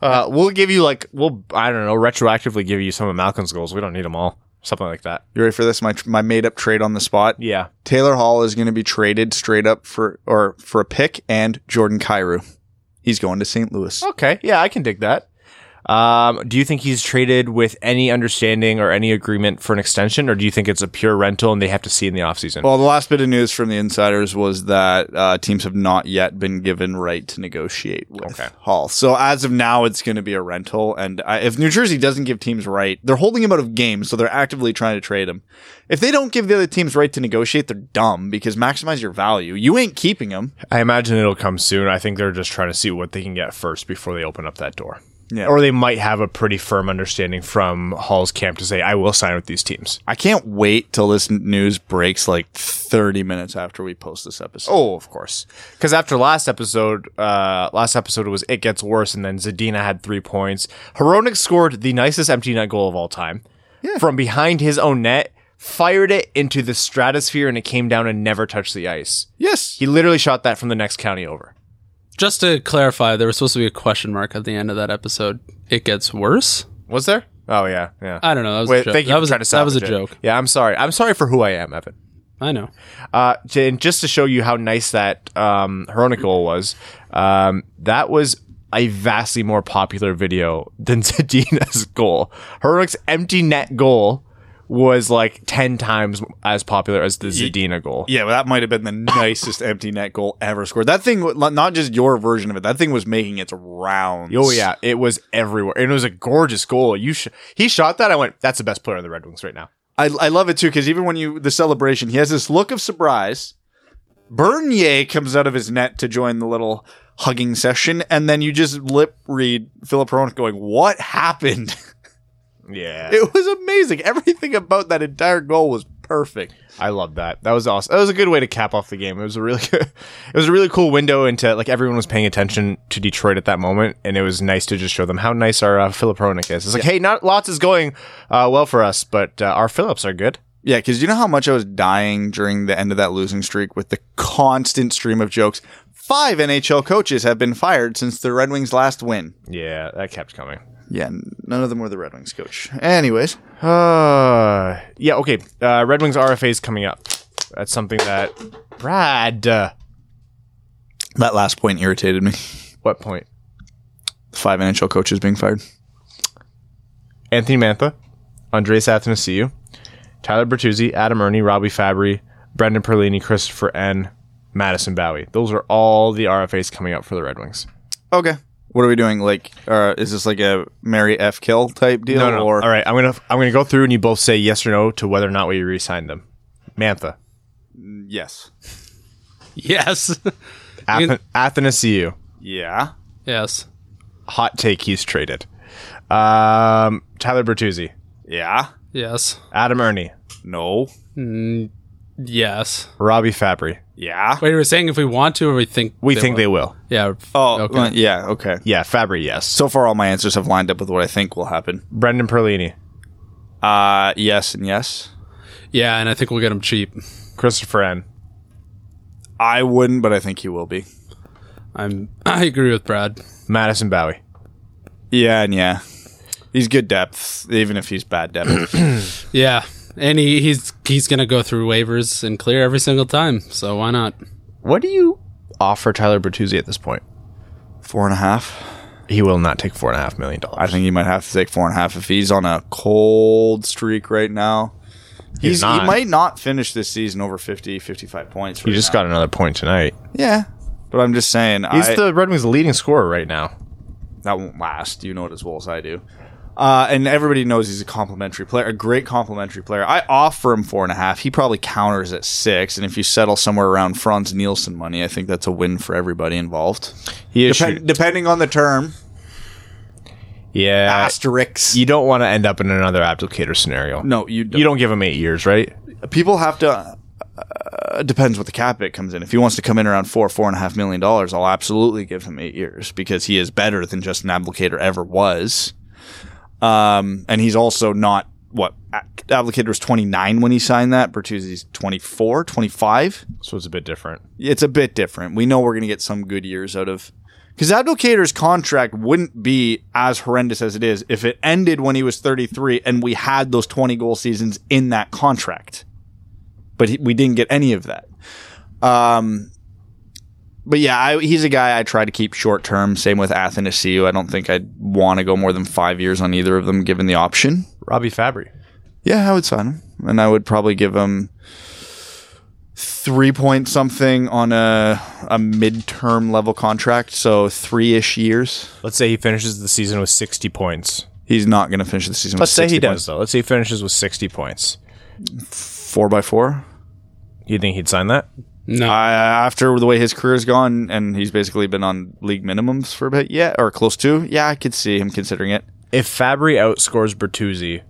uh, we'll give you like we'll I don't know retroactively give you some of Malcolm's goals. We don't need them all. Something like that. you ready for this? My tr- my made up trade on the spot. Yeah. Taylor Hall is going to be traded straight up for or for a pick and Jordan Cairo. He's going to St. Louis. Okay, yeah, I can dig that. Um, do you think he's traded with any understanding or any agreement for an extension, or do you think it's a pure rental and they have to see in the offseason? Well, the last bit of news from the insiders was that uh, teams have not yet been given right to negotiate with Okay. Hall. So as of now, it's going to be a rental. And I, if New Jersey doesn't give teams right, they're holding him out of games, so they're actively trying to trade him. If they don't give the other teams right to negotiate, they're dumb because maximize your value. You ain't keeping him. I imagine it'll come soon. I think they're just trying to see what they can get first before they open up that door. Yeah. Or they might have a pretty firm understanding from Hall's camp to say, I will sign with these teams. I can't wait till this n- news breaks like 30 minutes after we post this episode. Oh, of course. Because after last episode, uh, last episode was It Gets Worse, and then Zadina had three points. Hronik scored the nicest empty net goal of all time from behind his own net, fired it into the stratosphere, and it came down and never touched the ice. yes. He literally shot that from the next county over. Just to clarify, there was supposed to be a question mark at the end of that episode. It gets worse? Was there? Oh, yeah. Yeah. I don't know. That was a Wait, joke. thank you that for was, trying to that was a salvage it. joke. Yeah, I'm sorry. I'm sorry for who I am, Evan. I know. Uh, j- and just to show you how nice that um, Heronic goal was, um, that was a vastly more popular video than Zadina's goal. Heronic's empty net goal was like 10 times as popular as the Zadina goal. Yeah, well, that might have been the nicest empty net goal ever scored. That thing, wa- not just your version of it, that thing was making its rounds. Oh yeah, it was everywhere. And it was a gorgeous goal. You sh- he shot that. I went, that's the best player in the Red Wings right now. I, I love it too because even when you the celebration, he has this look of surprise. Bernier comes out of his net to join the little hugging session, and then you just lip read Philip Hronik going, "What happened?" Yeah, It was amazing. Everything about that entire goal was perfect. I love that. That was awesome. That was a good way to cap off the game. It was a really good, it was a really cool window into like everyone was paying attention to Detroit at that moment, and it was nice to just show them how nice our uh, Philip Hronik is. It's like, hey, not lots is going uh, well for us, but uh, our Phillips are good. Yeah, because you know how much I was dying during the end of that losing streak with the constant stream of jokes. Five NHL coaches have been fired since the Red Wings' last win. Yeah, that kept coming. Yeah, none of them were the Red Wings coach. Anyways, Uh, yeah, okay. Uh, Red Wings RFA is coming up. That's something that Brad. Uh, that last point irritated me. what point? Five NHL coaches being fired. Anthony Mantha, Andres Athanasiou, Tyler Bertuzzi, Adam Ernie, Robbie Fabry, Brendan Perlini, Christopher N, Madison Bowie. Those are all the RFAs coming up for the Red Wings. Okay. What are we doing? Like, uh, is this like a Mary F. Kill type deal? No, no. Or all right, I'm gonna I'm gonna go through and you both say yes or no to whether or not we re-sign them. Mantha, yes. Yes. Ath- Athanasiou, Yeah. yes. hot take, he's traded. Um, Tyler Bertuzzi, Yeah. Yes. Adam Ernie, No. Yes. Robbie Fabry. Yeah. Wait, we're saying if we want to or we think We think they will. they Yeah. Oh. okay. uh, yeah. Okay. Yeah, Fabry, yes. So far, all my answers have lined up with what I think will happen. Brendan Perlini, Uh, yes and yes. Yeah, and I think we'll get them cheap. Christopher N. I wouldn't, but I think he will be. I'm I agree with Brad. Madison Bowie. Yeah and yeah. He's good depth, even if he's bad depth. Yeah. And he, he's he's gonna go through waivers and clear every single time, so why not? What do you offer Tyler Bertuzzi at this point? four and a half. He will not take four and a half million dollars. I think he might have to take four and a half if he's on a cold streak right now. He's, not. He might not finish this season over 50, 55 points. He just got another point tonight. Yeah. But I'm just saying, He's I, the Red Wings' leading scorer right now. that won't last. You know it as well as I do. Uh, and everybody knows he's a complimentary player, a great complimentary player. I offer him four and a half. He probably counters at six. And if you settle somewhere around Franz Nielsen money, I think that's a win for everybody involved. He is Depen- shoot- depending on the term, yeah. asterisks. You don't want to end up in another applicator scenario. no, you don't. you don't give him eight years, right? People have to. Uh, depends what the cap it comes in. If he wants to come in around four, four and a half million dollars, I'll absolutely give him eight years because he is better than Justin Applicator ever was. Um, and he's also not what A- Applicator was 29 when he signed that. Bertuzzi's 24, 25. So it's a bit different. It's a bit different. We know we're going to get some good years out of because Applicator's contract wouldn't be as horrendous as it is if it ended when he was 33 and we had those 20 goal seasons in that contract. But he, we didn't get any of that. Um, but yeah, I, he's a guy I try to keep short term. Same with Athanasiu. I don't think I'd want to go more than five years on either of them given the option. Robbie Fabry. Yeah, I would sign him, and I would probably give him three point something on a a midterm level contract, so three ish years. Let's say he finishes the season with 60 points. He's not going to finish the season. Let's with say he 60 does, points. though. Let's say he finishes with 60 points. four by four. You think he'd sign that? No. I, after the way his career's gone, and he's basically been on league minimums for a bit, yeah, or close to. Yeah, I could see him considering it. If Fabry outscores Bertuzzi,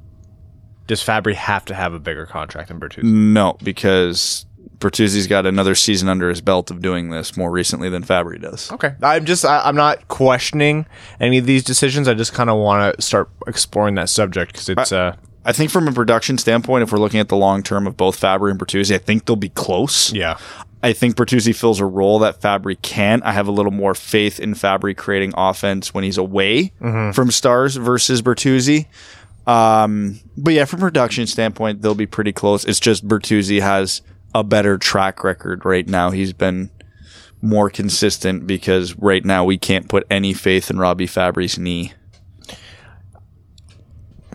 does Fabry have to have a bigger contract than Bertuzzi? No, because Bertuzzi's got another season under his belt of doing this more recently than Fabry does. Okay. I'm just I, I'm not questioning any of these decisions. I just kind of want to start exploring that subject because it's uh I think from a production standpoint, if we're looking at the long term of both Fabry and Bertuzzi, I think they'll be close. yeah. I think Bertuzzi fills a role that Fabry can. I have a little more faith in Fabry creating offense when he's away from stars versus Bertuzzi. Um, but yeah, from a production standpoint, they'll be pretty close. It's just Bertuzzi has a better track record right now. He's been more consistent because right now we can't put any faith in Robbie Fabry's knee.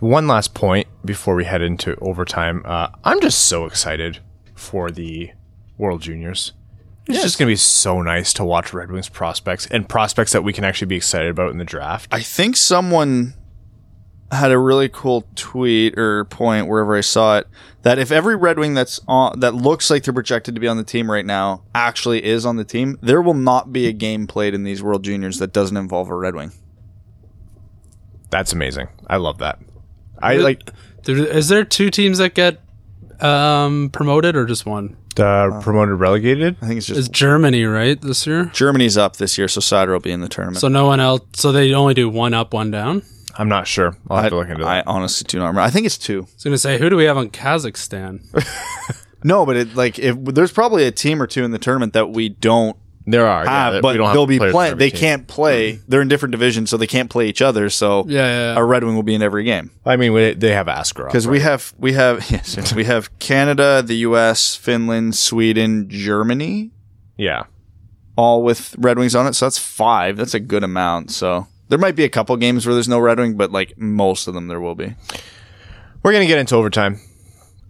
One last point before we head into overtime. Uh, I'm just so excited for the World Juniors. It's just going to be so nice to watch Red Wings prospects and prospects that we can actually be excited about in the draft. I think someone had a really cool tweet or point wherever I saw it that if every Red Wing that's on that looks like they're projected to be on the team right now actually is on the team, there will not be a game played in these World Juniors that doesn't involve a Red Wing. That's amazing. I love that. I like There- Is there two teams that get um, promoted or just one? uh, Uh-huh. promoted relegated. I think it's just It's Germany, right, this year? Germany's up this year, so Sider will be in the tournament. So no one else. So they only do one up, one down. I I'm not sure. I'll have I, to look into that. I honestly do not remember. I think it's two. was gonna say, who do we have on Kazakhstan? Oh, No, but it like if there's probably a team or two in the tournament that we don't there are, yeah, have, that- Ah, but we don't have they'll be players from playing. every They team. Mm-hmm. can't play. They're in different divisions, so they can't play each other. So Yeah, yeah, yeah. a Red Wing will be in every game I mean, we, they have Askar. because we have we have yes, we have Canada, the U.S., Finland, Sweden, Germany, yeah. all with Red Wings on it. So that's five. That's a good amount. So there might be a couple games where there's no Red Wing, but like most of them, there will be. We're going to get into overtime,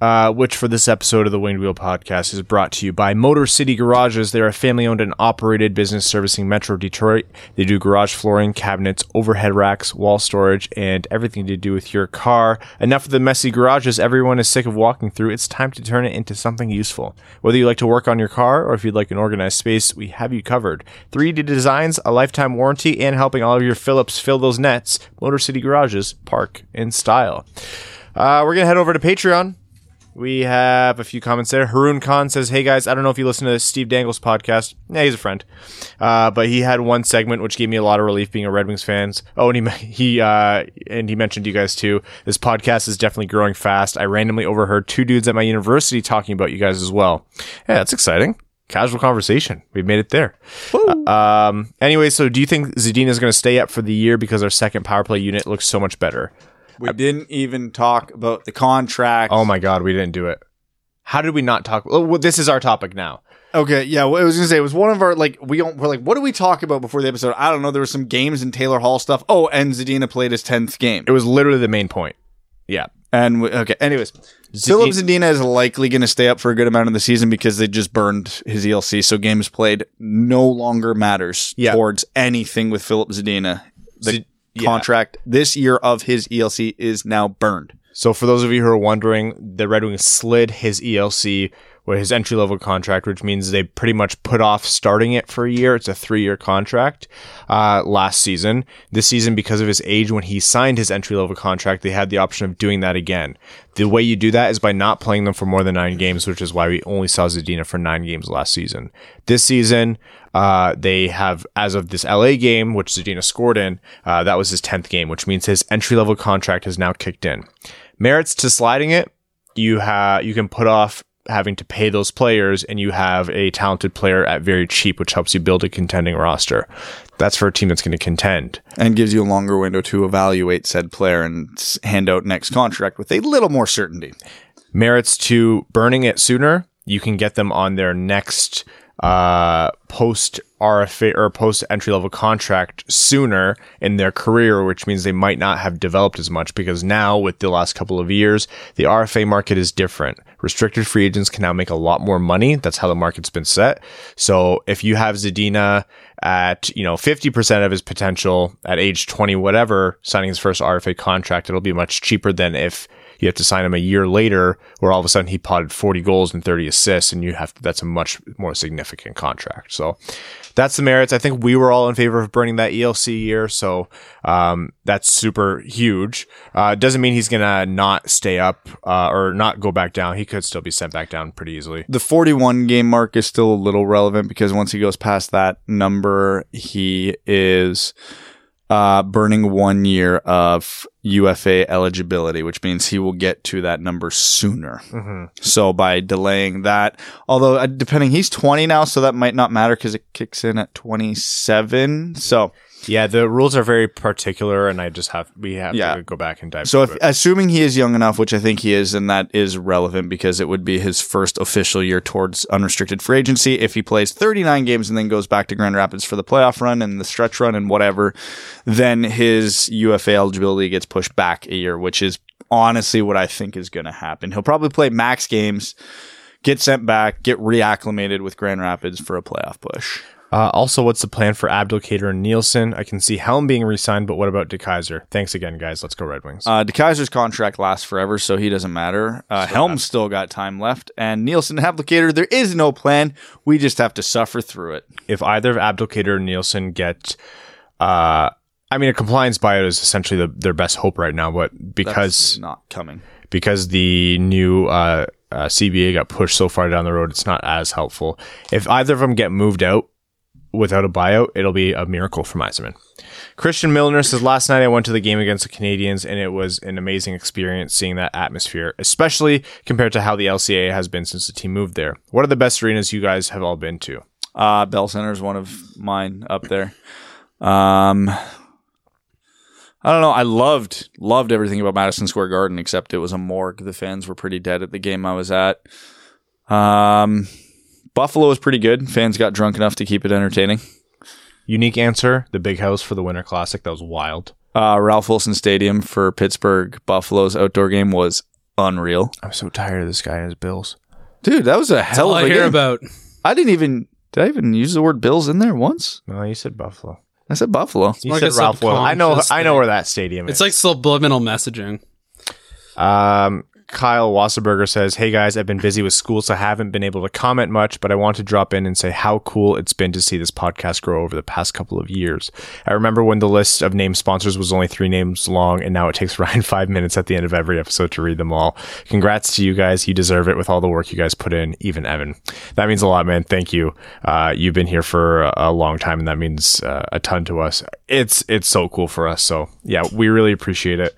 uh, which for this episode of the Winged Wheel podcast is brought to you by Motor City Garages. They are a family owned and operated business servicing Metro Detroit. They do garage flooring, cabinets, overhead racks, wall storage, and everything to do with your car. Enough of the messy garages everyone is sick of walking through. It's time to turn it into something useful. Whether you like to work on your car or if you'd like an organized space, we have you covered. 3D designs, a lifetime warranty, and helping all of your Phillips fill those nets. Motor City Garages, park in style. Uh, we're gonna head over to Patreon. We have a few comments there. Haroon Khan says, "Hey guys, I don't know if you listen to Steve Dangle's podcast. Yeah, he's a friend, uh, but he had one segment which gave me a lot of relief being a Red Wings fans. Oh, and he he uh, and he mentioned you guys too. This podcast is definitely growing fast. I randomly overheard two dudes at my university talking about you guys as well. Yeah, that's exciting. Casual conversation. We've made it there. Uh, um. Anyway, so do you think Zadina is going to stay up for the year because our second power play unit looks so much better? We didn't even talk about the contract. Oh my god, we didn't do it. How did we not talk? Oh, well, this is our topic now. Okay, yeah. What I was gonna say it was one of our like we don't, we're like, what do we talk about before the episode? I don't know. There were some games and Taylor Hall stuff. Oh, and Zadina played his tenth game. It was literally the main point. Yeah, And we, okay, anyways, Philip Zadina is likely gonna stay up for a good amount of the season because they just burned his ELC, so games played no longer matters Yeah. towards anything with Philip Zadina. The Zid- yeah. contract this year of his ELC is now burned. So for those of you who are wondering, the Red Wings slid his E ELC or his entry level contract, which means they pretty much put off starting it for a year. It's a three year contract. Uh, last season, this season because of his age, when he signed his entry level contract, they had the option of doing that again. The way you do that is by not playing them for more than nine games, which is why we only saw Zadina for nine games last season. This season, uh, they have, as of this LA game, which Zadina scored in, uh, that was his 10th game, which means his entry level contract has now kicked in. Merits to sliding it, you have you can put off having to pay those players and you have a talented player at very cheap, which helps you build a contending roster. That's for a team that's going to contend. and gives you a longer window to evaluate said player and s- hand out next contract with a little more certainty. merits to burning it sooner, you can get them on their next uh, post RFA or post entry level contract sooner in their career, which means they might not have developed as much because now with the last couple of years, the RFA market is different. Restricted free agents can now make a lot more money. That's how the market's been set. So if you have Zadina at, you know, 50% of his potential at age 20, whatever, signing his first RFA contract, it'll be much cheaper than if you have to sign him a year later where all of a sudden he potted 40 goals and 30 assists and you have that's a much more significant contract so that's the merits i think we were all in favor of burning that elc year so um, that's super huge uh, doesn't mean he's gonna not stay up uh, or not go back down he could still be sent back down pretty easily The 41 game mark is still a little relevant because once he goes past that number, he is uh, burning one year of UFA eligibility, which means he will get to that number sooner. So by delaying that, although uh, depending, he's 20 now, so that might not matter because it kicks in at 27. So Yeah, the rules are very particular, and I just have we have Yeah. to go back and dive. So, if, into it. assuming he is young enough, which I think he is, and that is relevant because it would be his first official year towards unrestricted free agency. If he plays 39 games and then goes back to Grand Rapids for the playoff run and the stretch run and whatever, then his UFA eligibility gets pushed back a year, which is honestly what I think is going to happen. He'll probably play max games, get sent back, get reacclimated with Grand Rapids for a playoff push. uh, also, what's the plan for Abdulkader and Nielsen? I can see Helm being re-signed, but what about DeKaiser? Thanks again, guys. Let's go Red Wings. Uh, DeKaiser's contract lasts forever, so he doesn't matter. Uh, Helm's still got time left, and Nielsen and Applicator, there is no plan. We just have to suffer through it. if either of Abdulkader and Nielsen get, uh, I mean, a compliance buyout is essentially the, their best hope right now, but That's because not coming. because the new uh, uh, CBA got pushed so far down the road, it's not as helpful. If either of them get moved out without a buyout, it'll be a miracle for Eisenman. Christian Milner says, Last night I went to the game against the Canadians, and it was an amazing experience seeing that atmosphere, especially compared to how the LCA has been since the team moved there. What are the best arenas you guys have all been to? Uh, Bell Center is one of mine up there. Um, I don't know. I loved loved everything about Madison Square Garden, except it was a morgue. The fans were pretty dead at the game I was at. Um, Buffalo was pretty good. Fans got drunk enough to keep it entertaining. Unique answer the big house for the Winter Classic. That was wild. uh, Ralph Wilson Stadium for Pittsburgh Buffalo's outdoor game was unreal. I'm so tired of this guy and his bills. Dude, that was a That's all hell of I a hear game. about. I didn't even did I even use the word Bills in there once? No, you said Buffalo. I said Buffalo. You like said a Ralph Wilson. I know. subconscious I know thing. where that stadium is. It's like subliminal messaging. Um, Kyle Wasserberger says, Hey guys, I've been busy with school, so I haven't been able to comment much, but I want to drop in and say how cool it's been to see this podcast grow over the past couple of years. I remember when the list of named sponsors was only three names long, and now it takes Ryan five minutes at the end of every episode to read them all. Congrats to you guys. You deserve it with all the work you guys put in, even Evan. That means a lot, man. Thank you. Uh, you've been here for a, a long time, and that means uh, a ton to us. It's, it's so cool for us. So, yeah, we really appreciate it.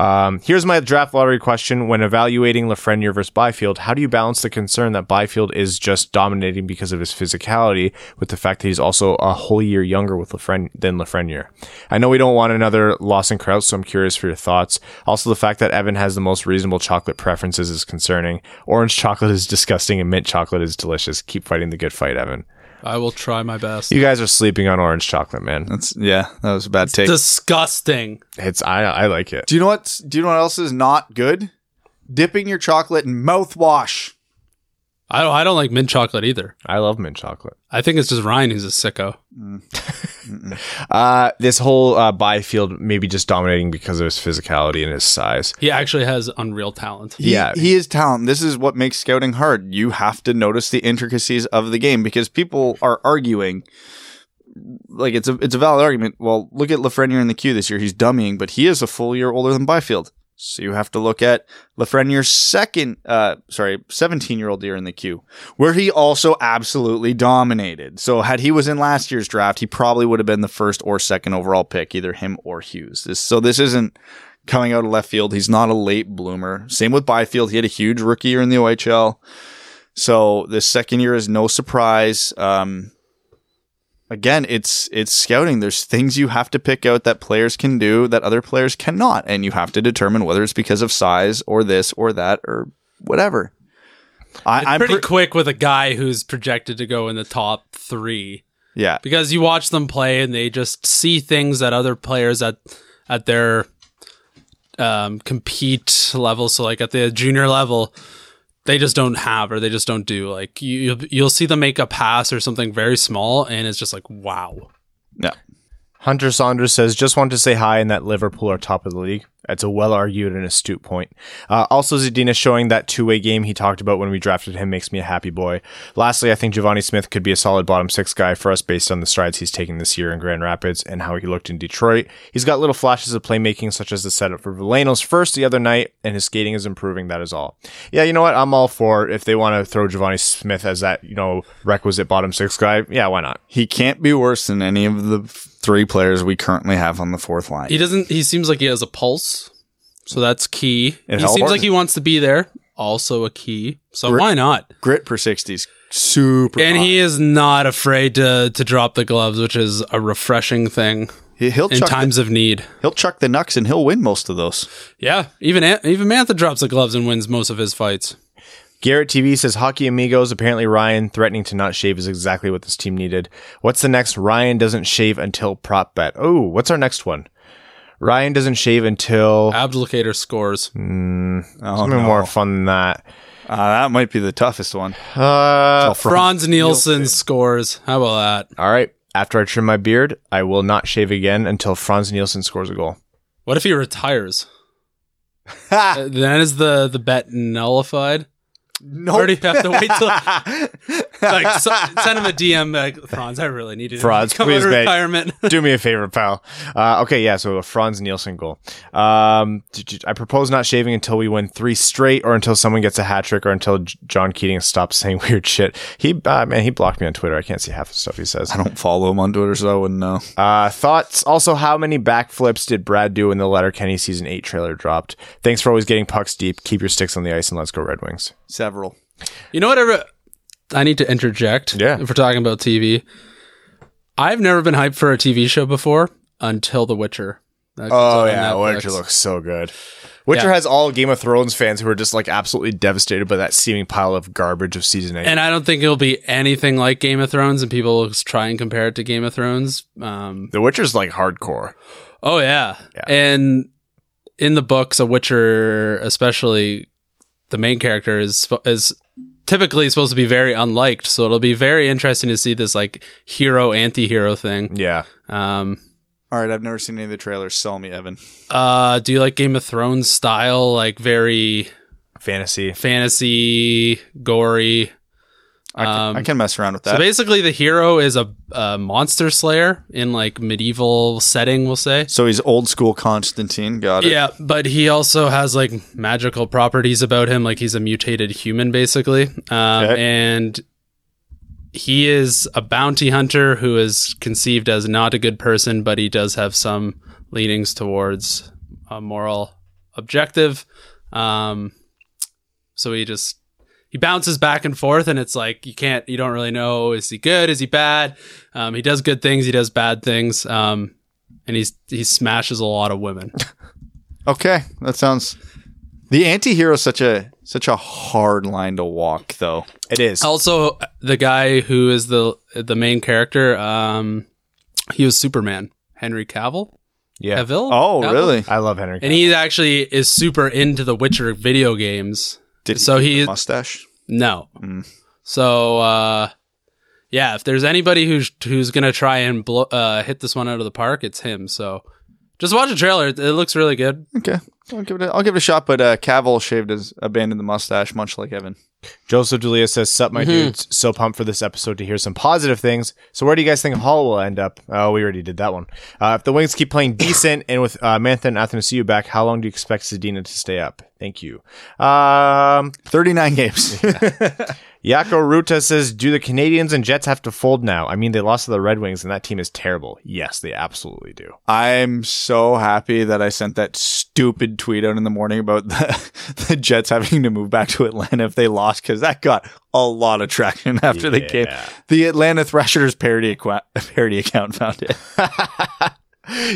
Um, here's my draft lottery question. When evaluating Lafreniere versus Byfield, how do you balance the concern that Byfield is just dominating because of his physicality with the fact that he's also a whole year younger with Lafren- than Lafreniere? I know we don't want another Lawson Krause, so I'm curious for your thoughts. Also, the fact that Evan has the most reasonable chocolate preferences is concerning. Orange chocolate is disgusting and mint chocolate is delicious. Keep fighting the good fight, Evan. I will try my best. You guys are sleeping on orange chocolate, man. That's yeah, that was a bad take. Disgusting. It's I I like it. do you know what do you know what else is not good? Dipping your chocolate in mouthwash. I don't. I don't like mint chocolate either. I love mint chocolate. I think it's just Ryan who's a sicko. Uh, this whole uh, Byfield maybe just dominating because of his physicality and his size. He actually has unreal talent. He, Yeah. he is talent. This is what makes scouting hard. You have to notice the intricacies of the game because people are arguing. Like it's a it's a valid argument. Well, look at Lafreniere in the queue this year. He's dummying, but he is a full year older than Byfield. So you have to look at Lafreniere's second, uh, sorry, seventeen year old year in the queue, where he also absolutely dominated. So had he was in last year's draft, he probably would have been the first or second overall pick, either him or Hughes. This, so this isn't coming out of left field. He's not a late bloomer. Same with Byfield. He had a huge rookie year in the OHL. So this second year is no surprise. Um, again, it's it's scouting. There's things you have to pick out that players can do that other players cannot, and you have to determine whether it's because of size or this or that or whatever. It's I, I'm pretty pre- quick with a guy who's projected to go in the top three yeah. because you watch them play and they just see things that other players at at their um, compete level. So like at the junior level, they just don't have or they just don't do. Like you you'll- you'll see them make a pass or something very small, and it's just like wow. Yeah. Hunter Saunders says, just want to say hi and that Liverpool are top of the league. That's a well argued and astute point. Uh, also, Zadina showing that two way game he talked about when we drafted him makes me a happy boy. Lastly, I think Giovanni Smith could be a solid bottom six guy for us based on the strides he's taken this year in Grand Rapids and how he looked in Detroit. He's got little flashes of playmaking, such as the setup for Valeno's first the other night, and his skating is improving. That is all. Yeah, you know what? I'm all for if they want to throw Giovanni Smith as that, you know, requisite bottom six guy. Yeah, why not? He can't be worse than any of the three players we currently have on the fourth line. He doesn't. He seems like he has a pulse, so that's key. It he seems helps. like he wants to be there. also a key. So Gri- why not? Grit per 60s. Super. And hot. he is not afraid to to drop the gloves, which is a refreshing thing He- he'll in chuck times of need. the, he'll chuck the knucks and he'll win most of those. Yeah, even An- even Mantha drops the gloves and wins most of his fights. Garrett TV says hockey amigos. Apparently, Ryan threatening to not shave is exactly what this team needed. What's the next? Ryan doesn't shave until prop bet. Oh, what's our next one? Ryan doesn't shave until Uh, Abdulcator scores. Oh, something no. more fun than that. Uh, that might be the toughest one. Uh, Franz Nielsen scores. How about that? all right. After I trim my beard, I will not shave again until Franz Nielsen scores a goal. What if he retires? Uh, then is the the bet nullified? No. Or do you have to wait till like so, send him a DM like Franz? I really need to Franz, come out of please, mate. retirement. Do me a favor, pal. Uh, okay, yeah, so a Franz Nielsen goal. Um, d- d- I propose not shaving until we win three straight or until someone gets a hat trick or until J- John Keating stops saying weird shit. He, uh, man, he blocked me on Twitter. I can't see half the stuff he says. I don't follow him on Twitter, so I wouldn't know. Uh, thoughts? Also, how many backflips did Brad do when the Letterkenny season 8 trailer dropped? Thanks for always getting pucks deep. Keep your sticks on the ice and let's go Red Wings. Several. You know what? I, re- I need to interject. Yeah. If we're talking about TV, I've never been hyped for a TV show before until The Witcher. That comes out on Netflix. Oh, Witcher looks so good. Witcher has all Game of Thrones fans who are just like absolutely devastated by that seeming pile of garbage of season 8. And I don't think it'll be anything like Game of Thrones, and people will try and compare it to Game of Thrones. Um, The Witcher's like hardcore. Oh yeah. Yeah. And in the books, a Witcher, especially the main character, is is typically supposed to be very unliked. So it'll be very interesting to see this like hero anti-hero thing. Yeah. Um, All right, I've never seen any of the trailers. Sell me, Evan. uh, do you like Game of Thrones style, like very Fantasy. fantasy, gory? I can, Um, I can mess around with that. so basically, the hero is a, a monster slayer in like medieval setting, we'll say. So he's old school Constantine. Got it. Yeah, but he also has like magical properties about him. Like he's a mutated human, basically. Um, Okay. And he is a bounty hunter who is conceived as not a good person, but he does have some leanings towards a moral objective. Um, so he just he bounces back and forth, and it's like you can't, you don't really know is he good, is he bad. Um, he does good things, he does bad things, um, and he's he smashes a lot of women. Okay, that sounds. The anti-hero is such a such a hard line to walk, though. It is. Also, the guy who is the the main character, um, he was Superman, Henry Cavill. yeah. Cavill? Oh, Cavill? really? I love Henry. And he actually is super into the Witcher video games. Did So keep he- the mustache. No. Mm. So, uh, yeah, if there's anybody who's who's gonna try and blow, uh, hit this one out of the park, it's him. So, just watch the trailer; it, it looks really good. Okay, I'll give it. A, I'll give it a shot. But uh, Cavill shaved his abandoned the mustache, much like Evan. Joseph Julia says, Sup, Mm-hmm. my dudes. So pumped for this episode to hear some positive things. So, where do you guys think Hall will end up? Oh, we already did that one. Uh, if the Wings keep playing decent and with uh, Mantha and Athanasiu back, how long do you expect Sedina to stay up? Thank you. Um, Thirty nine games. Yako Ruta says, Do the Canadians and Jets have to fold now? I mean, they lost to the Red Wings and that team is terrible. Yes, they absolutely do. I'm so happy that I sent that stupid tweet out in the morning about the, the Jets having to move back to Atlanta if they lost because that got a lot of traction after the game. Yeah. The Atlanta Thrashers parody aqua- parody account found it.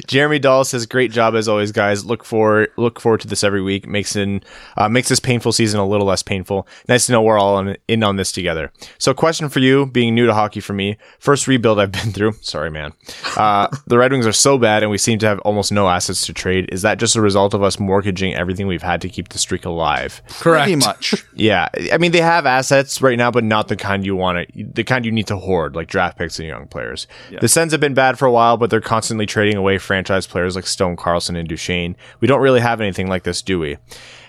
Jeremy Dahl says, "Great job as always, guys. Look for look forward to this every week. Makes in uh, makes this painful season a little less painful. Nice to know we're all on, in on this together. So, question for you, being new to hockey for me, first rebuild I've been through. Sorry, man. Uh, the Red Wings are so bad, and we seem to have almost no assets to trade. Is that just a result of us mortgaging everything we've had to keep the streak alive? Correct. Pretty much. Yeah, I mean they have assets right now, but not the kind you want to, the kind you need to hoard, like draft picks and young players. The Sens have been bad for a while, but they're constantly trading away franchise players like Stone Carlson and Duchesne. We don't really have anything like this, do we?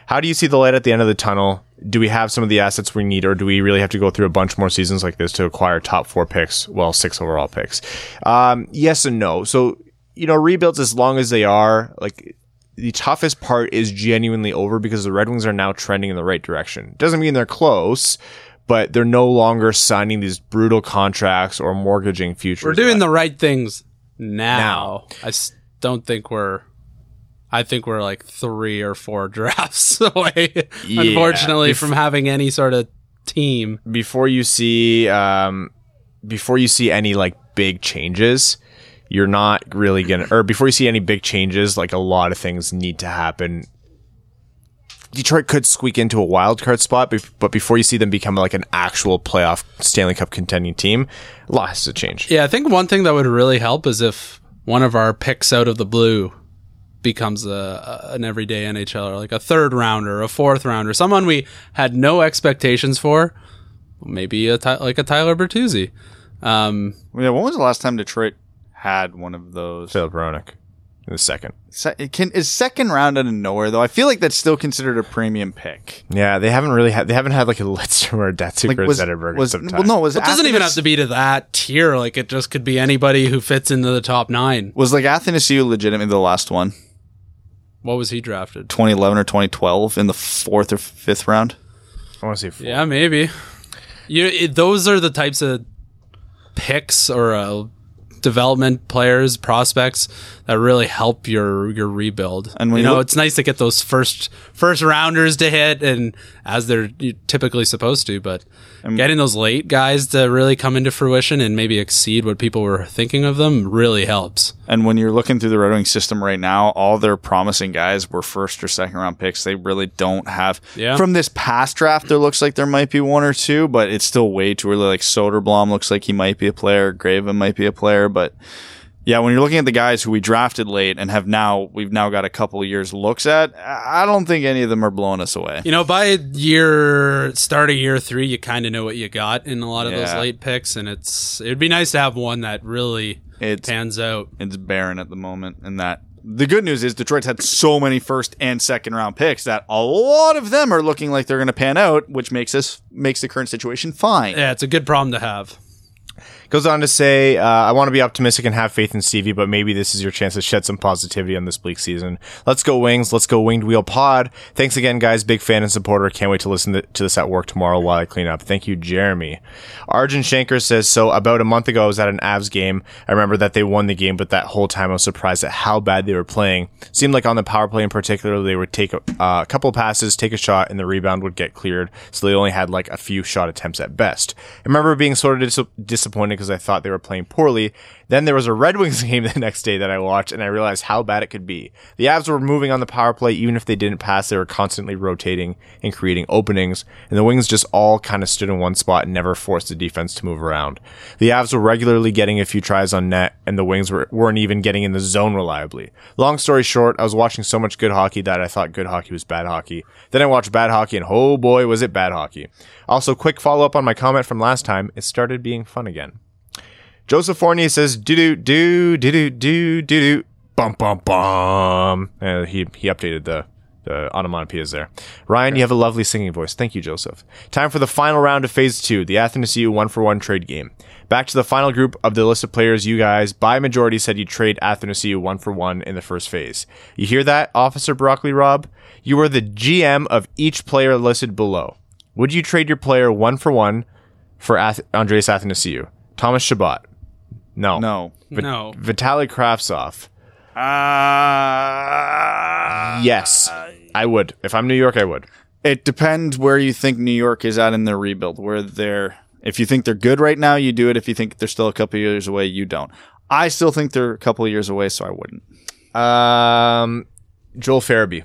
How do you see the light at the end of the tunnel? Do we have some of the assets we need, or do we really have to go through a bunch more seasons like this to acquire top four picks? Well, six overall picks. Um, yes and no. So you know, rebuilds as long as they are like the toughest part is genuinely over because the Red Wings are now trending in the right direction. Doesn't mean they're close, but they're no longer signing these brutal contracts or mortgaging futures. We're doing the right things now. Now. I s- don't think we're I think we're like three or four drafts away, unfortunately, If- from having any sort of team. before you see um before you see any like big changes you're not really gonna or before you see any big changes like a lot of things need to happen Detroit could squeak into a wild card spot, bef- but before you see them become like an actual playoff Stanley Cup contending team, a lot has to change. Yeah, I think one thing that would really help is if one of our picks out of the blue becomes a, a- an everyday NHLer, like a third rounder, a fourth rounder, someone we had no expectations for, maybe a Ty- like a Tyler Bertuzzi. Um, Yeah, when was the last time Detroit had one of those? Philip Ronick in the second. Se- it can, is second round out of nowhere though? I feel like that's still considered a premium pick. Yeah, they haven't really had they haven't had like a Litzer or a Datsuk Like or a was, Zetterberg in was some well, time. no, was it doesn't even have Athanas- to be to that tier. Like it just could be anybody who fits into the top nine. Was like Athanasiu legitimately the last one? What was he drafted? 2011 or 2012 in the fourth or fifth round? I want to see. Yeah, maybe. You it, those are the types of picks or uh, development players, prospects that really help your your rebuild. And And when you you know, look- it's nice to get those first first rounders to hit, and as they're typically supposed to, but getting those late guys to really come into fruition and maybe exceed what people were thinking of them really helps. And when you're looking through the Red Wing system right now, all their promising guys were first or second round picks. They really don't have. Yeah. From this past draft, there looks like there might be one or two, but it's still way too early. Like Soderblom looks like he might be a player. Graven might be a player, but yeah, when you're looking at the guys who we drafted late and have now, we've now got a couple years looks at. I I don't think any of them are blowing us away. You know, by year start of year three, you kind of know what you got in a lot of those Yeah. late picks, and it's it'd be nice to have one that really It's pans out. it's barren at the moment and that the good news is Detroit's had so many first and second round picks that a lot of them are looking like they're going to pan out, which makes us makes the current situation fine. Yeah, it's a good problem to have. Goes on to say, uh, I want to be optimistic and have faith in Stevie, but maybe this is your chance to shed some positivity on this bleak season. Let's go, Wings. Let's go, Winged Wheel Pod. Thanks again, guys. Big fan and supporter. Can't wait to listen to, to this at work tomorrow while I clean up. Thank you, Jeremy. Arjun Shanker says, So about a month ago, I was at an Avs game. I remember that they won the game, but that whole time I was surprised at how bad they were playing. Seemed like on the power play in particular, they would take a, uh, a couple passes, take a shot, and the rebound would get cleared. So they only had like a few shot attempts at best. I remember being sort of dis- disappointed because I thought they were playing poorly. Then there was a Red Wings game the next day that I watched, and I realized how bad it could be. The Avs were moving on the power play, even if they didn't pass, they were constantly rotating and creating openings, and the Wings just all kind of stood in one spot and never forced the defense to move around. The Avs were regularly getting a few tries on net, and the Wings were, weren't even getting in the zone reliably. Long story short, I was watching so much good hockey that I thought good hockey was bad hockey. Then I watched bad hockey, and oh boy, was it bad hockey. Also, quick follow up on my comment from last time it started being fun again. Joseph Fournier says, do do do do do do do do bum bum bum. Uh, he he updated the the onomatopoeias there. Ryan, you have a lovely singing voice. Thank you, Joseph. Time for the final round of phase two, the Athens U one for one trade game. Back to the final group of the list of players you guys by majority said you trade Athens U one for one in the first phase. You hear that, Officer Broccoli Rob? You are the GM of each player listed below. Would you trade your player one for one for Ath- Andreas Athanasiou? Thomas Shabbat? No. No. Vi- No. Vitaly Kravtsov. Ah. Uh, Yes, I would. If I'm New York, I would. it depends where you think New York is at in their rebuild. Where they're if you think they're good right now, you do it. If you think they're still a couple years away, you don't. I still think they're a couple years away, so I wouldn't. Um, Joel Farabee,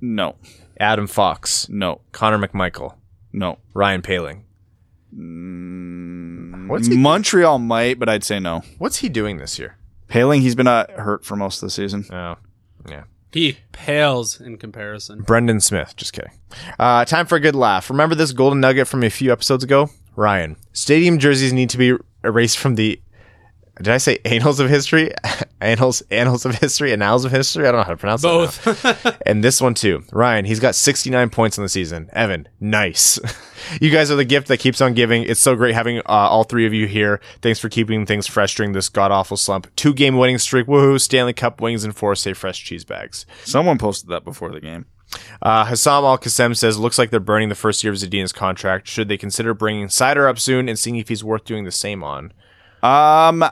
No. Adam Fox, No. Connor McMichael, No. Ryan Paling. What's he? Montreal might, but I'd say no. What's he doing this year? Paling, he's been uh, hurt for most of the season. Oh, He pales in comparison. Brendan Smith. Just kidding. Uh, time for a good laugh. Remember this golden nugget from a few episodes ago, Ryan. Stadium jerseys need to be erased from the. Did I say annals of history? annals, annals of history, annals of history. I don't know how to pronounce that now. Both. And this one too. Ryan, he's got 69 points in the season. Evan, nice. you guys are the gift that keeps on giving. It's so great having uh, all three of you here. Thanks for keeping things fresh during this god awful slump. Two game winning streak. Woohoo. Stanley Cup wings and four safe fresh cheese bags. Someone posted that before the game. Uh, Hassam Al Qassem says, looks like they're burning the first year of Zadina's contract. Should they consider bringing Cider up soon and seeing if he's worth doing the same on? Um,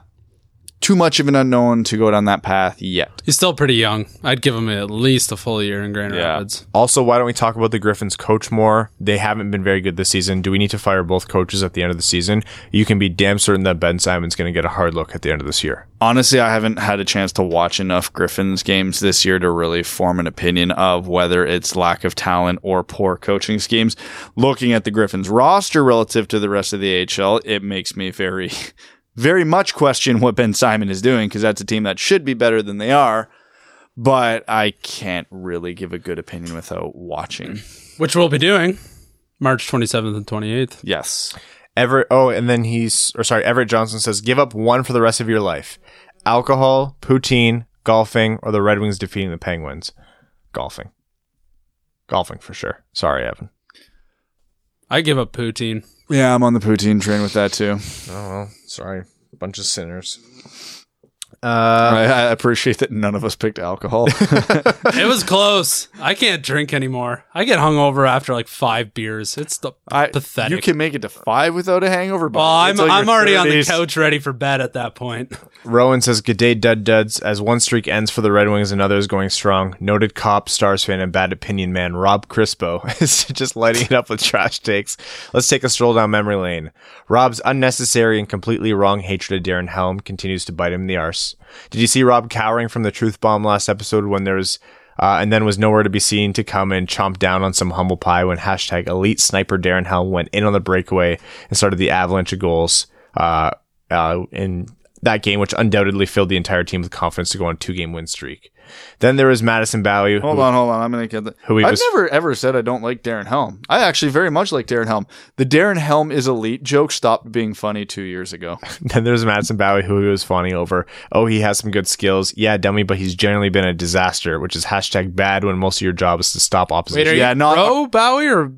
too much of an unknown to go down that path yet. He's still pretty young. I'd give him at least a full year in Grand Yeah. Rapids. Also, why don't we talk about the Griffins coach more? They haven't been very good this season. Do we need to fire both coaches at the end of the season? You can be damn certain that Ben Simon's going to get a hard look at the end of this year. Honestly, I haven't had a chance to watch enough Griffins games this year to really form an opinion of whether it's lack of talent or poor coaching schemes. Looking at the Griffins roster relative to the rest of the AHL, it makes me very, very much question what Ben Simon is doing because that's a team that should be better than they are. But I can't really give a good opinion without watching. Which we'll be doing March 27th and 28th. Yes. Everett. Oh, and then he's or sorry, Everett Johnson says, "Give up one for the rest of your life: alcohol, poutine, golfing, or the Red Wings defeating the Penguins. Golfing, golfing for sure. Sorry, Evan. I give up poutine. Yeah, I'm on the poutine train with that too. Sorry, bunch of sinners. I, I appreciate that none of us picked alcohol. it was close. I can't drink anymore. I get hungover after like five beers. It's the I, pathetic. You can make it to five without a hangover. but well, I'm wait till I'm you're already on the 30s. couch ready for bed at that point. Rowan says, "Good day, dud duds. As one streak ends for the Red Wings, another is going strong. Noted cop, Stars fan, and bad opinion man Rob Crispo is just lighting it up with trash takes. Let's take a stroll down memory lane. Rob's unnecessary and completely wrong hatred of Darren Helm continues to bite him in the arse. Did you see Rob cowering from the truth bomb last episode when there was?" Uh, and then was nowhere to be seen to come and chomp down on some humble pie when hashtag elite sniper Darren Helm went in on the breakaway and started the avalanche of goals uh, uh, in that game, which undoubtedly filled the entire team with confidence to go on a two game win streak. Then there was Madison Bowie. Hold who- on, hold on. I'm gonna get that. Who he I've was- never ever said I don't like Darren Helm. I actually very much like Darren Helm. The Darren Helm is elite joke stopped being funny two years ago. Then there was Madison Bowie, who he was fawning over. Oh, he has some good skills. Yeah, dummy, but he's generally been a disaster, which is hashtag bad when most of your job is to stop opposition. you- Yeah, not- pro Bowie or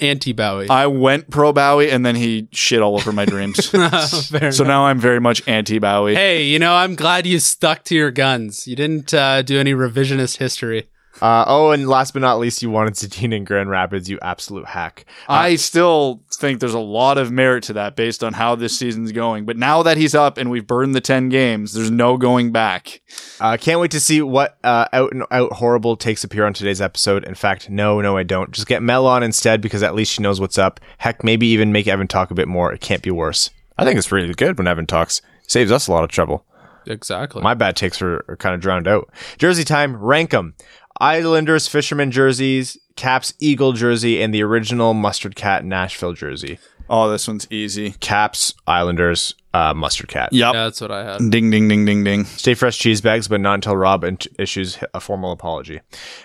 anti Bowie? I went pro Bowie and then he shit all over my dreams. Fair Uh, so enough. now I'm very much anti Bowie. hey, you know I'm glad you stuck to your guns. You didn't uh, do any revisionist history. Uh, oh, and last but not least, you wanted Satine in Grand Rapids, you absolute hack. uh, I still think there's a lot of merit to that based on how this season's going. But now that he's up and we've burned the ten games, there's no going back. Uh, can't wait to see what uh, out and out horrible takes appear on today's episode. In fact, no, no, I don't. Just get Mel on instead because at least she knows what's up. Heck, maybe even make Evan talk a bit more. It can't be worse. I think it's really good when Evan talks. Saves us a lot of trouble. Exactly. My bad takes are, are kind of drowned out. Jersey time, rank them. Islanders, Fisherman jerseys, Caps, Eagle jersey, and the original Mustard Cat Nashville jersey. Oh, this one's easy. Caps, Islanders, uh, Mustard Cat. Yep. yeah, that's what I had. Ding ding ding ding ding. Stay fresh cheese bags, but not until Rob int- issues a formal apology.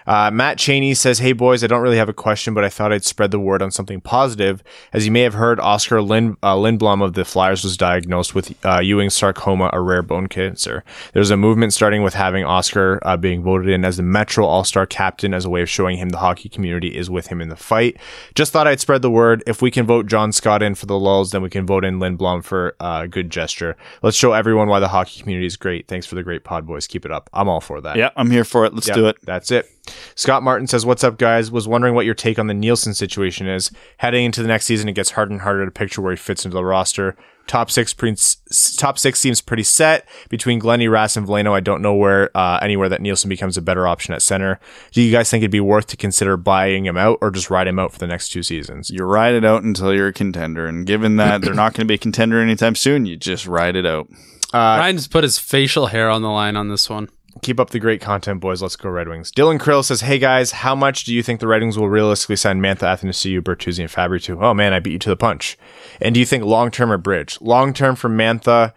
Uh, Matt Cheney says, Hey, boys, I don't really have a question, but I thought I'd spread the word on something positive. As you may have heard, Oscar Lind- uh, Lindblom of the Flyers was diagnosed with uh, Ewing sarcoma, a rare bone cancer. There's a movement starting with having Oscar uh, being voted in as the Metro All Star captain as a way of showing him the hockey community is with him in the fight. Just thought I'd spread the word. If we can vote John Scott in for the lulls, then we can vote in Lindblom for a uh, good gesture. Let's show everyone why the hockey community is great. Thanks for the great pod, boys. Keep it up. I'm all for that. Yeah, I'm here for it. Let's Yep, do it. That's it. Scott Martin says, What's up, guys? Was wondering what your take on the Nielsen situation is. Heading into the next season, it gets harder and harder to picture where he fits into the roster. Top six, pre- s- top six seems pretty set between Glenny, Rass, and Valeno. I don't know where uh, anywhere that Nielsen becomes a better option at center. Do you guys think it'd be worth to consider buying him out or just ride him out for the next two seasons? you ride it out until you're a contender. And given that they're not going to be a contender anytime soon, you just ride it out. Ryan's put his facial hair on the line on this one. Keep up the great content, boys. Let's go Red Wings. Dylan Krill says, "Hey guys, how much do you think the Red Wings will realistically sign Mantha, Athanasiu, Bertuzzi, and Fabry to?" Oh man, I beat you to the punch. And do you think long term or bridge? Long term for Mantha,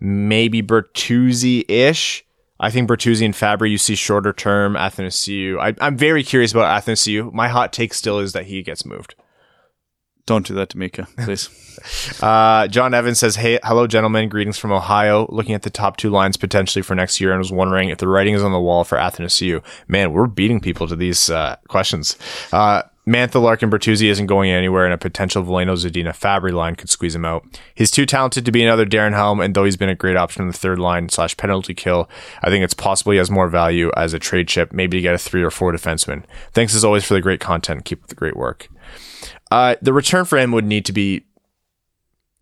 maybe Bertuzzi ish. I think Bertuzzi and Fabry you see shorter term. Athanasiu, I, I'm very curious about Athanasiu. My hot take still is that he gets moved. Don't do that to Mika, please. Uh, John Evans says, "Hey, hello, gentlemen. Greetings from Ohio. Looking at the top two lines potentially for next year, and was wondering if the writing is on the wall for Athanasiu. Man, we're beating people to these uh, questions. Uh, Mantha Larkin Bertuzzi isn't going anywhere, and a potential Valeno Zadina Fabry line could squeeze him out. He's too talented to be another Darren Helm, and though he's been a great option in the third line slash penalty kill, I think it's possible he has more value as a trade chip, maybe to get a three or four defenseman. Thanks as always for the great content. Keep up the great work. Uh, the return for him would need to be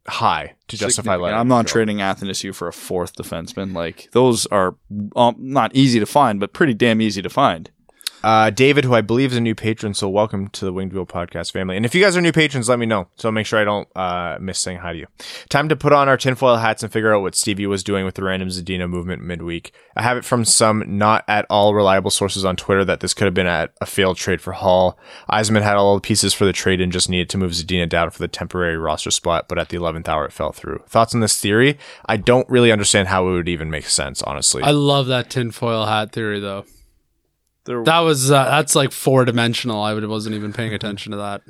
high to justify significant. letting. I'm him not go. trading Athanasiu for a fourth defenseman. Like those are um, not easy to find, but pretty damn easy to find. Uh, David, who I believe is a new patron, so welcome to the Winged Wheel Podcast family. And if you guys are new patrons, let me know so I'll make sure I don't uh, miss saying hi to you. Time to put on our tinfoil hats and figure out what Stevie was doing with the random Zadina movement midweek. I have it from some not at all reliable sources on Twitter that this could have been at a failed trade for Hall. Eisman had all the pieces for the trade and just needed to move Zadina down for the temporary roster spot, but at the 11th hour it fell through. Thoughts on this theory? I don't really understand how it would even make sense, honestly. I love that tinfoil hat theory though. There- That was uh, that's like four dimensional. I wasn't even paying attention to that.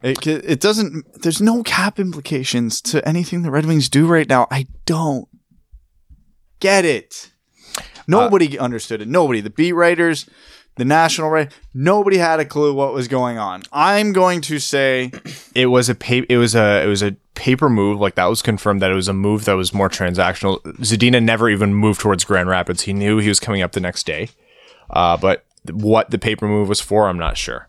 It, ca- it doesn't. There's no cap implications to anything the Red Wings do right now. I don't get it. Nobody understood it. Nobody. The beat writers, the national right. Nobody had a clue what was going on. I'm going to say it was a pa- it was a it was a paper move like that was confirmed that it was a move that was more transactional. Zadina never even moved towards Grand Rapids. He knew he was coming up the next day, uh, but th- what the paper move was for, I'm not sure.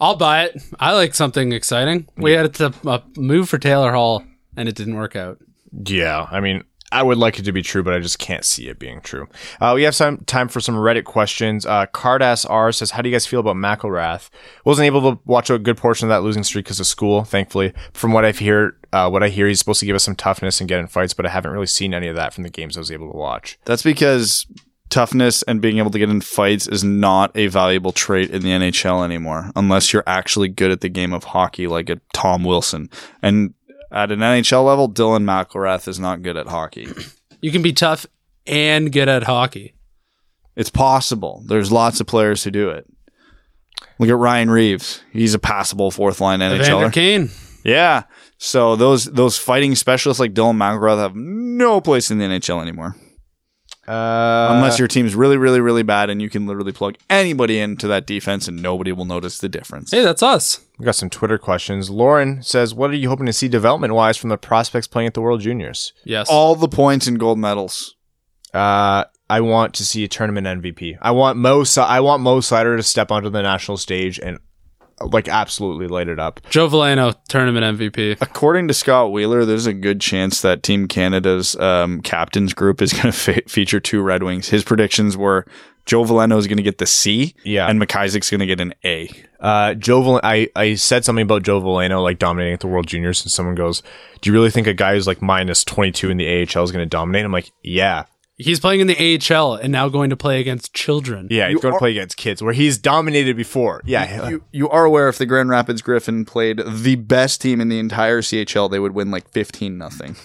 I'll buy it. I like something exciting. We had to uh, move for Taylor Hall, and it didn't work out. Yeah, I mean, I would like it to be true, but I just can't see it being true. Uh, we have some time for some Reddit questions. Uh, Cardass R says, "How do you guys feel about McElrath? Wasn't able to watch a good portion of that losing streak because of school. Thankfully, from what I've heard, uh, what I hear, he's supposed to give us some toughness and get in fights, but I haven't really seen any of that from the games I was able to watch. that's because toughness and being able to get in fights is not a valuable trait in the NHL anymore, unless you're actually good at the game of hockey, like a Tom Wilson. And at an NHL level, Dylan McElrath is not good at hockey. You can be tough and get at hockey. It's possible. There's lots of players who do it. Look at Ryan Reeves. He's a passable fourth line Evander NHLer. Kane. Yeah. So those those fighting specialists like Dylan McElrath have no place in the NHL anymore. Uh, Unless your team's really, really, really bad and you can literally plug anybody into that defense and nobody will notice the difference. Hey, that's us. we got some Twitter questions. Lauren says, "What are you hoping to see development wise from the prospects playing at the World Juniors? Yes. All the points and gold medals. Uh, I want to see a tournament MVP. I want Mo. Si- I want Mo Sider to step onto the national stage and like absolutely light it up. Joe Valeno, tournament MVP. According to Scott Wheeler, there's a good chance that Team Canada's um, captains group is going to fe- feature two Red Wings. His predictions were Joe Valeno is going to get the C, Yeah. and McIsaac's going to get an A. Uh, Joe, Val- I I said something about Joe Valeno like dominating at the World Juniors, and someone goes, "Do you really think a guy who's like minus twenty two in the AHL is going to dominate?" I'm like, "Yeah, He's playing in the AHL and now going to play against children. yeah, he's You going to are- play against kids where he's dominated before." Yeah, You, you are aware if the Grand Rapids Griffin played the best team in the entire CHL, they would win like 15 nothing.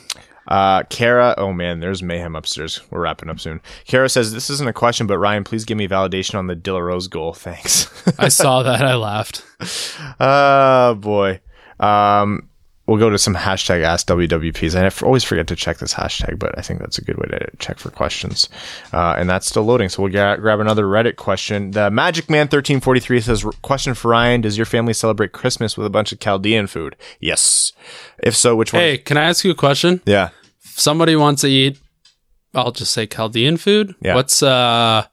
Uh, Kara, oh man, there's mayhem upstairs. We're wrapping up soon. Kara says, This isn't a question, but Ryan, please give me validation on the Dilla Rose goal. Thanks. I saw that. I laughed. oh boy. Um, we'll go to some hashtag ask WWPs. I f- always forget to check this hashtag, but I think that's a good way to check for questions. Uh, and that's still loading. So we'll gra- grab another Reddit question. The Magic Man 1343 says, Question for Ryan Does your family celebrate Christmas with a bunch of Chaldean food? Yes. If so, which one? Hey, can I ask you a question? Yeah. If somebody wants to eat, I'll just say Chaldean food. Yeah. What's uh,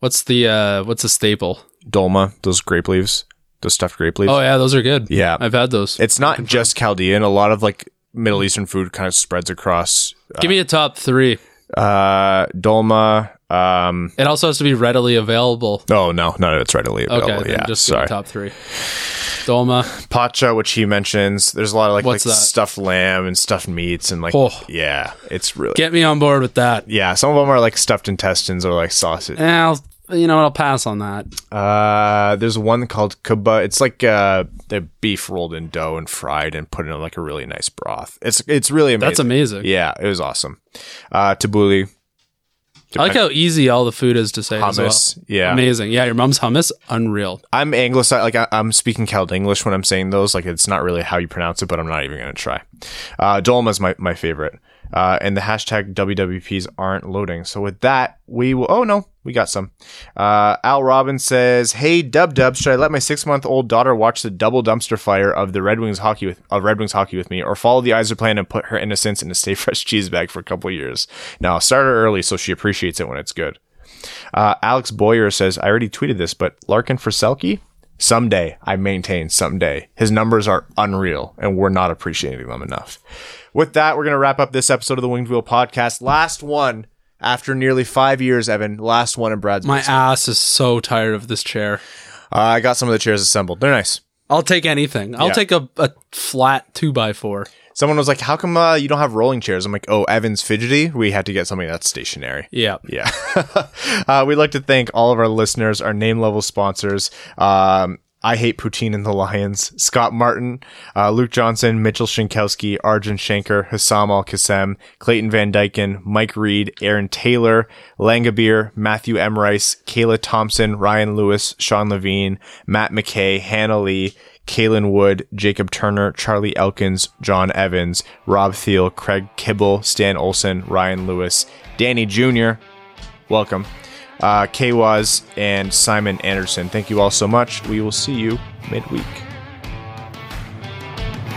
what's the uh, what's a staple? Dolma, those grape leaves, those stuffed grape leaves. Oh yeah, those are good. Yeah. I've had those. It's not just Chaldean. A lot of like Middle Eastern food kind of spreads across Give me a top three. uh, dolma. Um, It also has to be readily available. oh no, none of it's readily available. Okay, then Oh, yeah, just give me sorry. top three. Dolma. Pacha, which he mentions. There's a lot of like, What's like, that? stuffed lamb and stuffed meats and like Oh. yeah, it's really Get me on board with that. yeah. Some of them are like stuffed intestines or like sausage. Eh, I'll, you know, what, I'll pass on that. Uh, there's one called kebab. It's like uh, the beef rolled in dough and fried and put in like a really nice broth. It's it's really amazing. That's amazing. Yeah, it was awesome. Uh, tabbouleh, I like how easy all the food is to say as hummus. well. Yeah, Amazing. Yeah, your mom's hummus, unreal. I'm anglicized. Like I, I'm speaking Celt English when I'm saying those. Like it's not really how you pronounce it, but I'm not even gonna try. Uh, Dolma is my my favorite. Uh, and the hashtag WWPs aren't loading. So with that, we will. Oh no, we got some. Uh, Al Robbins says, "Hey Dub Dub, should I let my six month old daughter watch the double dumpster fire of the Red Wings hockey with of Red Wings hockey with me, or follow the Iser plan and put her innocence in a stay fresh cheese bag for a couple years? Now start her early so she appreciates it when it's good." Uh, Alex Boyer says, I already tweeted this, but Larkin for Selke? Someday, I maintain someday. His numbers are unreal, and we're not appreciating them enough. With that, we're going to wrap up this episode of the Winged Wheel podcast. Last one after nearly five years, Evan. Last one in Brad's. My basement. ass is so tired of this chair. Uh, I got some of the chairs assembled. They're nice. I'll take anything. I'll Yeah. take a, a flat two by four. Someone was like, "How come uh, you don't have rolling chairs?" I'm like, "Oh, Evan's fidgety. We had to get something that's stationary." Yeah. Yeah. uh, we'd like to thank all of our listeners, our name level sponsors. Um, I hate poutine and the Lions. Scott Martin, uh, Luke Johnson, Mitchell Shinkowski, Arjun Shanker, Hassam Al Qassem, Clayton Van Dyken, Mike Reed, Aaron Taylor, Langabeer, Matthew M. Rice, Kayla Thompson, Ryan Lewis, Sean Levine, Matt McKay, Hannah Lee, Kalen Wood, Jacob Turner, Charlie Elkins, John Evans, Rob Thiel, Craig Kibble, Stan Olson, Ryan Lewis, Danny Jr., welcome. Uh, KWAS and Simon Anderson. Thank you all so much. We will see you midweek.